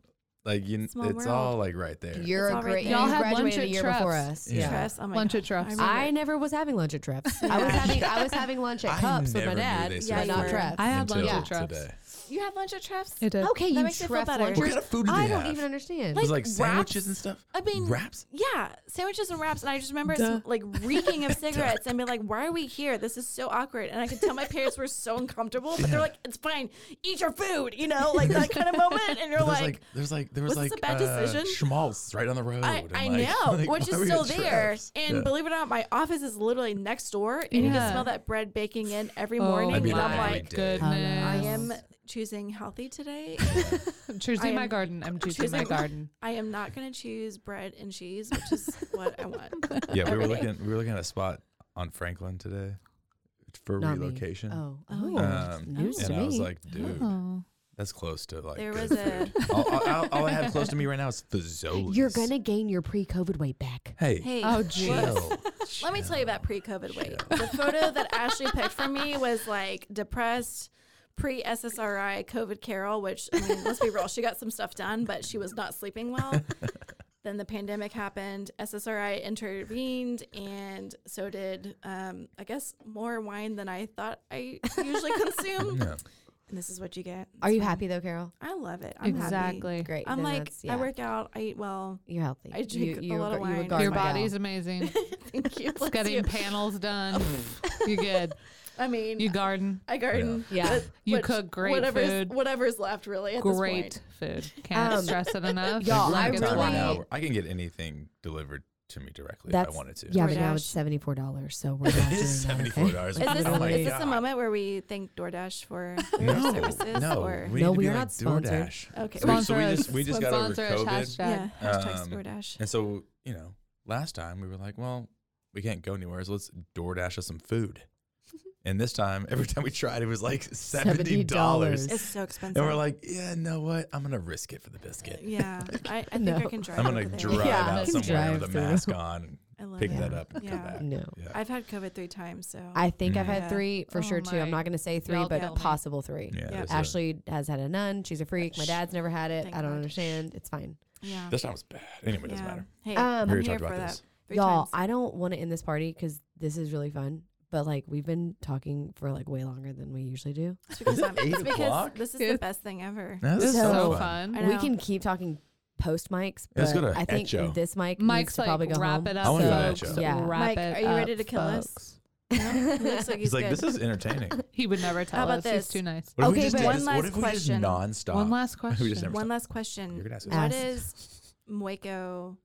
Speaker 3: Like you,
Speaker 4: Small
Speaker 3: it's
Speaker 4: world.
Speaker 3: all like right there.
Speaker 1: You're
Speaker 4: It's
Speaker 1: a
Speaker 4: all right
Speaker 1: great.
Speaker 4: there.
Speaker 1: you
Speaker 4: Y'all had
Speaker 2: lunch
Speaker 1: graduated
Speaker 2: at
Speaker 1: a year before
Speaker 2: Treff's.
Speaker 1: us.
Speaker 3: Yeah.
Speaker 1: Yeah.
Speaker 4: Tress. Oh my
Speaker 2: Lunch at
Speaker 4: God.
Speaker 2: Treff's.
Speaker 4: I,
Speaker 1: I
Speaker 4: remember-
Speaker 1: never was having lunch at Treff's. I was
Speaker 4: Yeah.
Speaker 1: having I was having lunch at
Speaker 3: I
Speaker 1: Cups with my
Speaker 3: never knew
Speaker 1: dad,
Speaker 3: they
Speaker 1: but
Speaker 4: served
Speaker 1: not
Speaker 4: food.
Speaker 1: Treff's.
Speaker 2: I had
Speaker 3: until
Speaker 2: lunch at Treff's.
Speaker 3: today.
Speaker 4: you had lunch at Treff's.
Speaker 2: It did.
Speaker 1: Okay, you
Speaker 4: makes me feel
Speaker 1: Treff
Speaker 4: better.
Speaker 1: lunchers.
Speaker 3: What kind of food did
Speaker 1: I
Speaker 3: they
Speaker 1: don't
Speaker 3: have?
Speaker 1: even understand.
Speaker 3: it was like
Speaker 4: Like,
Speaker 3: sandwiches
Speaker 4: wraps?
Speaker 3: and stuff.
Speaker 4: I mean,
Speaker 3: wraps.
Speaker 4: Yeah, sandwiches and wraps, and I just remember it sm- like reeking of cigarettes, and be like, "Why are we here? This is so awkward." And I could tell my parents were so uncomfortable, but they're like, "It's fine, eat your food," you know, like that kind of moment. And you're
Speaker 3: But there's
Speaker 4: like,
Speaker 3: like, there's like there was,
Speaker 4: was
Speaker 3: like
Speaker 4: this a bad
Speaker 3: uh,
Speaker 4: decision?
Speaker 3: Schmaltz right on the road.
Speaker 4: I,
Speaker 3: and,
Speaker 4: I
Speaker 3: like-
Speaker 4: know,
Speaker 3: like, why
Speaker 4: which is
Speaker 3: are we
Speaker 4: still
Speaker 3: at
Speaker 4: there.
Speaker 3: Treff's?
Speaker 4: And
Speaker 3: Yeah.
Speaker 4: believe it or not, my office is literally next door, and you can
Speaker 2: Yeah.
Speaker 4: smell that bread baking in every
Speaker 2: Oh
Speaker 4: morning.
Speaker 3: I mean,
Speaker 4: and I'm
Speaker 3: every
Speaker 4: like,
Speaker 3: day.
Speaker 2: goodness.
Speaker 4: I am choosing healthy today.
Speaker 2: choosing
Speaker 4: I
Speaker 2: my
Speaker 4: am-
Speaker 2: garden. I'm choosing,
Speaker 4: choosing
Speaker 2: my
Speaker 4: my-
Speaker 2: garden.
Speaker 4: I am not going to choose bread and cheese, which is what I want.
Speaker 3: yeah, we were
Speaker 4: every day.
Speaker 3: looking. We were looking at a spot on Franklin today for
Speaker 1: Not me.
Speaker 3: relocation.
Speaker 1: Oh,
Speaker 4: Oh,
Speaker 3: Um,
Speaker 1: news
Speaker 3: and
Speaker 1: to
Speaker 3: I was
Speaker 1: me.
Speaker 3: like, dude,
Speaker 2: Oh.
Speaker 3: that's close to like.
Speaker 4: There
Speaker 3: good
Speaker 4: was a-
Speaker 3: food. all, all- all- all I have close to me right now is Fazoli's.
Speaker 1: You're gonna gain your pre-COVID weight back.
Speaker 3: Hey.
Speaker 4: Hey,
Speaker 2: Oh, jeez.
Speaker 3: Chill.
Speaker 4: let me tell you about pre-COVID weight. The photo that Ashley picked for me was like depressed. Pre SSRI COVID Carol, which I mean, let's be real, she got some stuff done, but she was not sleeping well. then the pandemic happened, SSRI intervened, and so did, um, I guess, more wine than I thought I usually consume.
Speaker 3: Yeah.
Speaker 4: And this is what you get.
Speaker 1: Are
Speaker 4: It's
Speaker 1: you
Speaker 4: fine.
Speaker 1: happy though, Carol?
Speaker 4: I love it. I'm exactly.
Speaker 2: Exactly.
Speaker 1: Great.
Speaker 4: I'm
Speaker 1: then
Speaker 4: like,
Speaker 1: that's- yeah.
Speaker 4: I work out, I eat well.
Speaker 1: You're healthy.
Speaker 4: I drink a lot of
Speaker 1: were- were
Speaker 4: wine.
Speaker 1: guarded
Speaker 2: Your
Speaker 1: by God.
Speaker 2: body's amazing.
Speaker 4: Thank you.
Speaker 2: It's
Speaker 4: Bless
Speaker 2: getting
Speaker 4: you. Oh.
Speaker 2: panels done. you good.
Speaker 4: I mean,
Speaker 2: You garden.
Speaker 4: I garden.
Speaker 1: Yeah. Yeah.
Speaker 4: but-
Speaker 2: You
Speaker 4: but
Speaker 2: cook great
Speaker 4: whatever's,
Speaker 2: food.
Speaker 4: Whatever's left, really. At This
Speaker 2: Great
Speaker 4: point.
Speaker 2: food. Can't
Speaker 1: Um,
Speaker 2: stress it enough.
Speaker 1: y'all,
Speaker 2: Everyone
Speaker 1: I
Speaker 3: Like,
Speaker 2: gets
Speaker 3: right
Speaker 2: one.
Speaker 1: really-
Speaker 3: now, I can get anything delivered to me directly if I wanted to.
Speaker 1: Yeah, but now
Speaker 4: DoorDash.
Speaker 1: it's seventy four dollars, so we're not
Speaker 3: It
Speaker 1: doing
Speaker 3: is
Speaker 1: that, okay?
Speaker 3: $74.
Speaker 4: Is this,
Speaker 3: Oh my
Speaker 4: is this a
Speaker 3: God.
Speaker 4: moment where we thank DoorDash for their
Speaker 3: No,
Speaker 4: services?
Speaker 3: no,
Speaker 4: Or?
Speaker 3: we,
Speaker 1: No,
Speaker 3: need to
Speaker 1: we
Speaker 3: be
Speaker 1: are
Speaker 3: like
Speaker 1: not sponsored.
Speaker 3: DoorDash.
Speaker 4: okay.
Speaker 3: So we,
Speaker 2: Sponsor
Speaker 3: so we just
Speaker 2: us.
Speaker 3: we just got over
Speaker 2: Sponsor us,
Speaker 3: COVID,
Speaker 2: hashtag.
Speaker 4: yeah. Hashtag
Speaker 3: Um,
Speaker 4: DoorDash.
Speaker 3: and so you know, last time we were like, well, we can't go anywhere, so let's DoorDash us some food. and this time, every time we tried, it was like seventy dollars,
Speaker 1: $70.
Speaker 4: It's so expensive.
Speaker 3: and we're like, yeah, you know what? I'm gonna risk it for the biscuit.
Speaker 4: yeah. I, I think
Speaker 1: No.
Speaker 4: I can drive.
Speaker 3: I'm gonna
Speaker 4: over there.
Speaker 3: drive
Speaker 1: Yeah,
Speaker 3: out
Speaker 1: let's
Speaker 3: somewhere
Speaker 1: drive
Speaker 3: with a
Speaker 1: through.
Speaker 3: mask on,
Speaker 4: I love
Speaker 3: pick
Speaker 4: it.
Speaker 3: that up, and Mm. come
Speaker 4: Yeah.
Speaker 3: back.
Speaker 1: No.
Speaker 3: Yeah.
Speaker 4: I've had COVID three times, so
Speaker 1: I think I've
Speaker 4: Yeah.
Speaker 1: had three for
Speaker 2: Oh
Speaker 1: sure too. I'm
Speaker 2: my-
Speaker 1: not gonna say three,
Speaker 2: Y'all
Speaker 1: but
Speaker 2: killed me.
Speaker 1: possible three.
Speaker 3: Yeah,
Speaker 4: Yeah.
Speaker 3: there's a-
Speaker 1: Ashley has had a nun. She's a freak. My dad's never had it.
Speaker 4: Thank
Speaker 1: I don't
Speaker 4: God.
Speaker 1: understand. It's fine.
Speaker 4: yeah.
Speaker 3: this time was bad. Anyway, it doesn't
Speaker 4: yeah.
Speaker 3: matter.
Speaker 4: Hey,
Speaker 1: Um,
Speaker 4: I'm
Speaker 3: We already
Speaker 4: here
Speaker 3: talked
Speaker 4: for
Speaker 3: about
Speaker 4: that.
Speaker 3: this.
Speaker 4: Three
Speaker 1: Y'all,
Speaker 4: times.
Speaker 1: I don't want to end this party because this is really fun. But like we've been talking for like way longer than we usually do.
Speaker 4: It's because, I'm,
Speaker 3: Eight
Speaker 4: it's because
Speaker 3: o'clock?
Speaker 4: this is the
Speaker 2: It's-
Speaker 4: best thing ever.
Speaker 3: That
Speaker 2: This
Speaker 3: was
Speaker 2: is
Speaker 1: So
Speaker 2: so
Speaker 3: fun.
Speaker 2: fun.
Speaker 4: I
Speaker 1: We
Speaker 4: know.
Speaker 1: can keep talking post mics, but
Speaker 3: Let's go to
Speaker 1: I think
Speaker 3: Echo.
Speaker 1: this mic needs
Speaker 2: Mike's
Speaker 1: to
Speaker 2: like
Speaker 1: probably go
Speaker 2: wrap
Speaker 1: home.
Speaker 2: it
Speaker 3: I wanna go to
Speaker 2: up,
Speaker 3: that
Speaker 2: folks.
Speaker 3: show.
Speaker 1: Yeah.
Speaker 2: Wrap
Speaker 4: Mike,
Speaker 2: it
Speaker 4: are you
Speaker 2: up,
Speaker 4: ready to kill us?
Speaker 2: folks.
Speaker 4: No, he looks like he's,
Speaker 3: He's like,
Speaker 4: good.
Speaker 3: this is entertaining.
Speaker 2: He would never tell
Speaker 4: How about
Speaker 2: us.
Speaker 4: this?
Speaker 2: He's too nice.
Speaker 3: What if we
Speaker 1: Okay,
Speaker 3: just
Speaker 1: but
Speaker 3: did
Speaker 4: one
Speaker 3: this?
Speaker 4: last
Speaker 3: What if we just
Speaker 4: question.
Speaker 3: nonstop?
Speaker 2: One last
Speaker 3: We
Speaker 2: question.
Speaker 3: just never
Speaker 4: One
Speaker 3: stop.
Speaker 4: last
Speaker 3: You're
Speaker 4: question.
Speaker 3: gonna ask us.
Speaker 4: What
Speaker 1: Ask.
Speaker 4: is Waco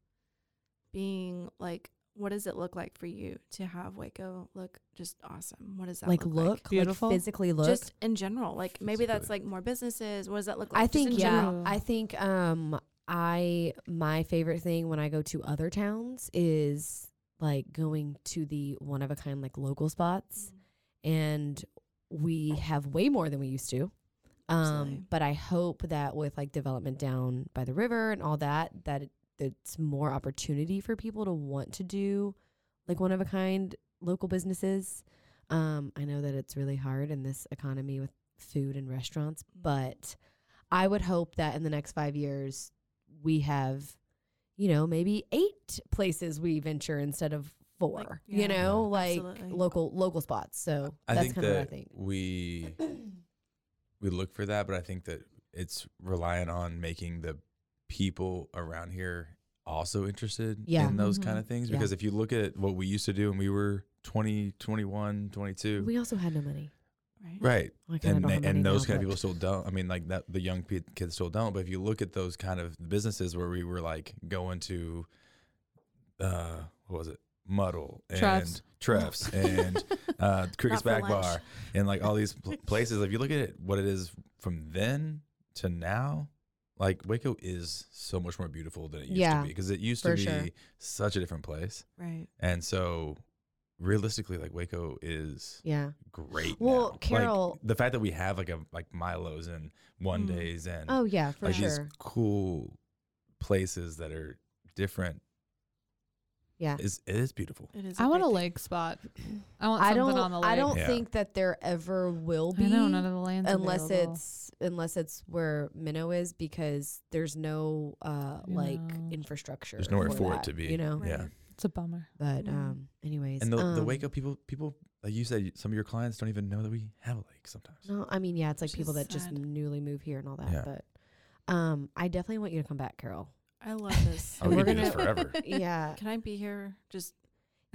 Speaker 4: being like? What does it look like for you to have Waco look just awesome? What does that
Speaker 1: like
Speaker 4: look,
Speaker 1: look,
Speaker 4: like?
Speaker 2: Beautiful?
Speaker 1: like physically look.
Speaker 4: Just in general, like maybe that's
Speaker 3: Physically.
Speaker 4: like more businesses. What does that look like?
Speaker 1: I
Speaker 4: just in
Speaker 1: think yeah.
Speaker 4: general?
Speaker 2: general.
Speaker 1: I think um I my favorite thing when I go to other towns is like going to the one of a kind like local spots
Speaker 4: Mm.
Speaker 1: and we have way more than we used to.
Speaker 4: Absolutely.
Speaker 1: Um but I hope that with like development down by the river and all that that it, it's more opportunity for people to want to do like one of a kind local businesses. Um I know that it's really hard in this economy with food and restaurants,
Speaker 2: Mm-hmm.
Speaker 1: but I would hope that in the next five years, we have, you know, maybe eight places we venture instead of four.
Speaker 4: Like,
Speaker 1: you
Speaker 4: yeah,
Speaker 1: know, like
Speaker 4: absolutely.
Speaker 1: local local spots. So
Speaker 3: I
Speaker 1: that's
Speaker 3: think
Speaker 1: kind of what I
Speaker 3: that
Speaker 1: think.
Speaker 3: we we look for that, but I think that it's reliant on making the people around here also interested
Speaker 1: Yeah. Mm-hmm.
Speaker 3: in those
Speaker 2: Mhm.
Speaker 3: kind of things.
Speaker 1: Yeah.
Speaker 3: Because if you look at what we used to do when we were 20, 21, 22,
Speaker 1: We also had no money.
Speaker 4: Right.
Speaker 3: right?
Speaker 1: Well, I kinda don't
Speaker 3: and tha-
Speaker 1: have money
Speaker 3: and those
Speaker 1: now,
Speaker 3: kind of
Speaker 1: but-
Speaker 3: people still don't. I mean, like that the young pe- kids still don't. But if you look at those kind of businesses where we were like going to, uh, what was it, Muddle
Speaker 2: Treff's.
Speaker 3: and Treffs and uh, Cricket's
Speaker 4: Not for
Speaker 3: Back
Speaker 4: lunch.
Speaker 3: Bar and like all these pl- places. If you look at it, what it is from then to now, like Waco is so much more beautiful than it used
Speaker 1: Yeah,
Speaker 3: to be because it used
Speaker 1: for
Speaker 3: to be
Speaker 1: sure.
Speaker 3: such a different place.
Speaker 4: Right.
Speaker 3: And so, realistically, like Waco is
Speaker 1: Yeah.
Speaker 3: great.
Speaker 1: Well,
Speaker 3: now. Like,
Speaker 1: Carol-
Speaker 3: the fact that we have like a like Milo's and One
Speaker 4: Mm.
Speaker 3: Days and
Speaker 1: Oh yeah, for
Speaker 3: like these
Speaker 1: sure.
Speaker 3: cool places that are different
Speaker 1: Yeah.
Speaker 3: is it is beautiful.
Speaker 4: It is.
Speaker 2: I
Speaker 4: a
Speaker 2: want a
Speaker 4: great thing.
Speaker 2: lake spot. I want
Speaker 1: I
Speaker 2: something
Speaker 1: don't
Speaker 2: on the lake.
Speaker 1: I don't
Speaker 3: Yeah.
Speaker 1: think that there ever will
Speaker 2: I
Speaker 1: be
Speaker 2: know none of the lands
Speaker 1: unless
Speaker 2: available.
Speaker 1: it's unless it's where Minnow is because there's no uh
Speaker 2: You
Speaker 1: like
Speaker 2: know.
Speaker 1: infrastructure.
Speaker 3: There's nowhere for it
Speaker 1: that,
Speaker 3: to be.
Speaker 1: You know?
Speaker 4: Right.
Speaker 3: Yeah.
Speaker 2: it's a bummer.
Speaker 1: But
Speaker 4: Mhm.
Speaker 1: um anyways.
Speaker 3: And the, the
Speaker 1: um,
Speaker 3: Waco people people like you said some of your clients don't even know that we have a lake sometimes.
Speaker 1: No, I mean, yeah, it's like
Speaker 4: Which
Speaker 1: people
Speaker 4: is
Speaker 1: that just
Speaker 4: sad.
Speaker 1: newly move here and all that.
Speaker 3: Yeah.
Speaker 1: But um, I definitely want you to come back, Carol.
Speaker 4: I love this.
Speaker 3: Oh, we
Speaker 1: we're
Speaker 3: could do this
Speaker 1: gonna-
Speaker 3: forever.
Speaker 1: Yeah,
Speaker 4: Can I be here? Just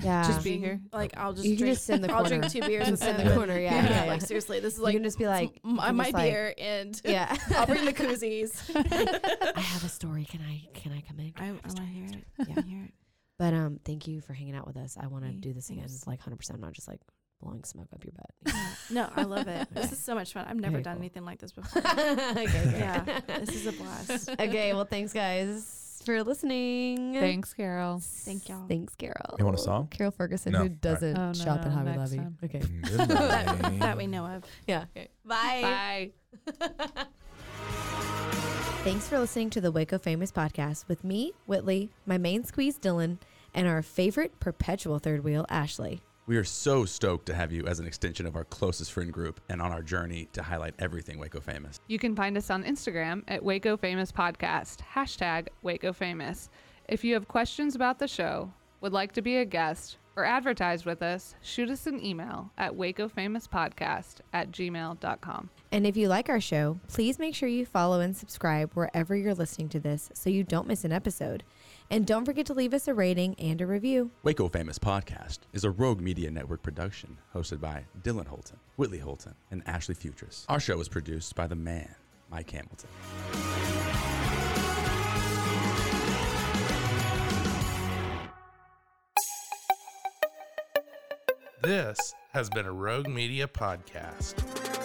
Speaker 1: yeah.
Speaker 2: Just be here.
Speaker 4: Like I'll just
Speaker 1: you can
Speaker 4: drink.
Speaker 1: just sit in the
Speaker 4: I'll
Speaker 1: corner.
Speaker 4: drink two beers
Speaker 1: and
Speaker 4: with
Speaker 1: sit in
Speaker 4: him
Speaker 1: the
Speaker 4: and-
Speaker 1: corner. Yeah,
Speaker 4: Yeah,
Speaker 1: yeah, yeah.
Speaker 4: like seriously, this is
Speaker 1: you
Speaker 4: like
Speaker 1: can just be like,
Speaker 4: m-
Speaker 1: you
Speaker 4: I
Speaker 1: can
Speaker 4: might
Speaker 1: just,
Speaker 4: be
Speaker 1: like-
Speaker 4: here and
Speaker 1: Yeah,
Speaker 4: I'll bring the koozies.
Speaker 1: I have a story. Can I? Can I come in?
Speaker 4: I, I want to hear it. I
Speaker 1: Yeah.
Speaker 4: wanna hear it.
Speaker 1: But um, thank you for hanging out with us. I want to
Speaker 4: Hey,
Speaker 1: do this again,
Speaker 4: thanks.
Speaker 1: like hundred percent. I'm not just like blowing smoke up your butt.
Speaker 4: Yeah. No, I love it. This
Speaker 1: Okay.
Speaker 4: is so much fun. I've never
Speaker 1: Okay,
Speaker 4: done
Speaker 1: cool.
Speaker 4: anything like this before.
Speaker 1: okay, okay.
Speaker 4: Yeah, this is a blast.
Speaker 1: okay, well, thanks guys for listening.
Speaker 2: Thanks, Carol.
Speaker 4: Thank y'all.
Speaker 1: Thanks, Carol.
Speaker 3: You want a song?
Speaker 1: Carol Ferguson,
Speaker 3: No.
Speaker 1: who
Speaker 3: All right.
Speaker 1: doesn't
Speaker 2: Oh, no,
Speaker 1: shop
Speaker 2: no,
Speaker 1: at Hobby
Speaker 2: next
Speaker 1: Lobby.
Speaker 2: time.
Speaker 1: Okay.
Speaker 4: that, that
Speaker 3: Goodbye.
Speaker 4: we know of.
Speaker 1: Yeah.
Speaker 2: Bye.
Speaker 1: Thanks for listening to the Waco Famous Podcast with me, Whitley, my main squeeze, Dylan, and our favorite perpetual third wheel, Ashley.
Speaker 6: We are so stoked to have you as an extension of our closest friend group and on our journey to highlight everything Waco famous.
Speaker 2: You can find us on Instagram at Waco Famous Podcast, hashtag Waco Famous. If you have questions about the show, would like to be a guest, or advertise with us, shoot us an email at wacofamouspodcast at gmail.com.
Speaker 1: And if you like our show, please make sure you follow and subscribe wherever you're listening to this so you don't miss an episode. And don't forget to leave us a rating and a review.
Speaker 6: Waco Famous Podcast is a Rogue Media Network production hosted by Dylan Holton, Whitley Holton, and Ashley Futris. Our show is produced by the man, Mike Hamilton.
Speaker 7: This has been a Rogue Media podcast.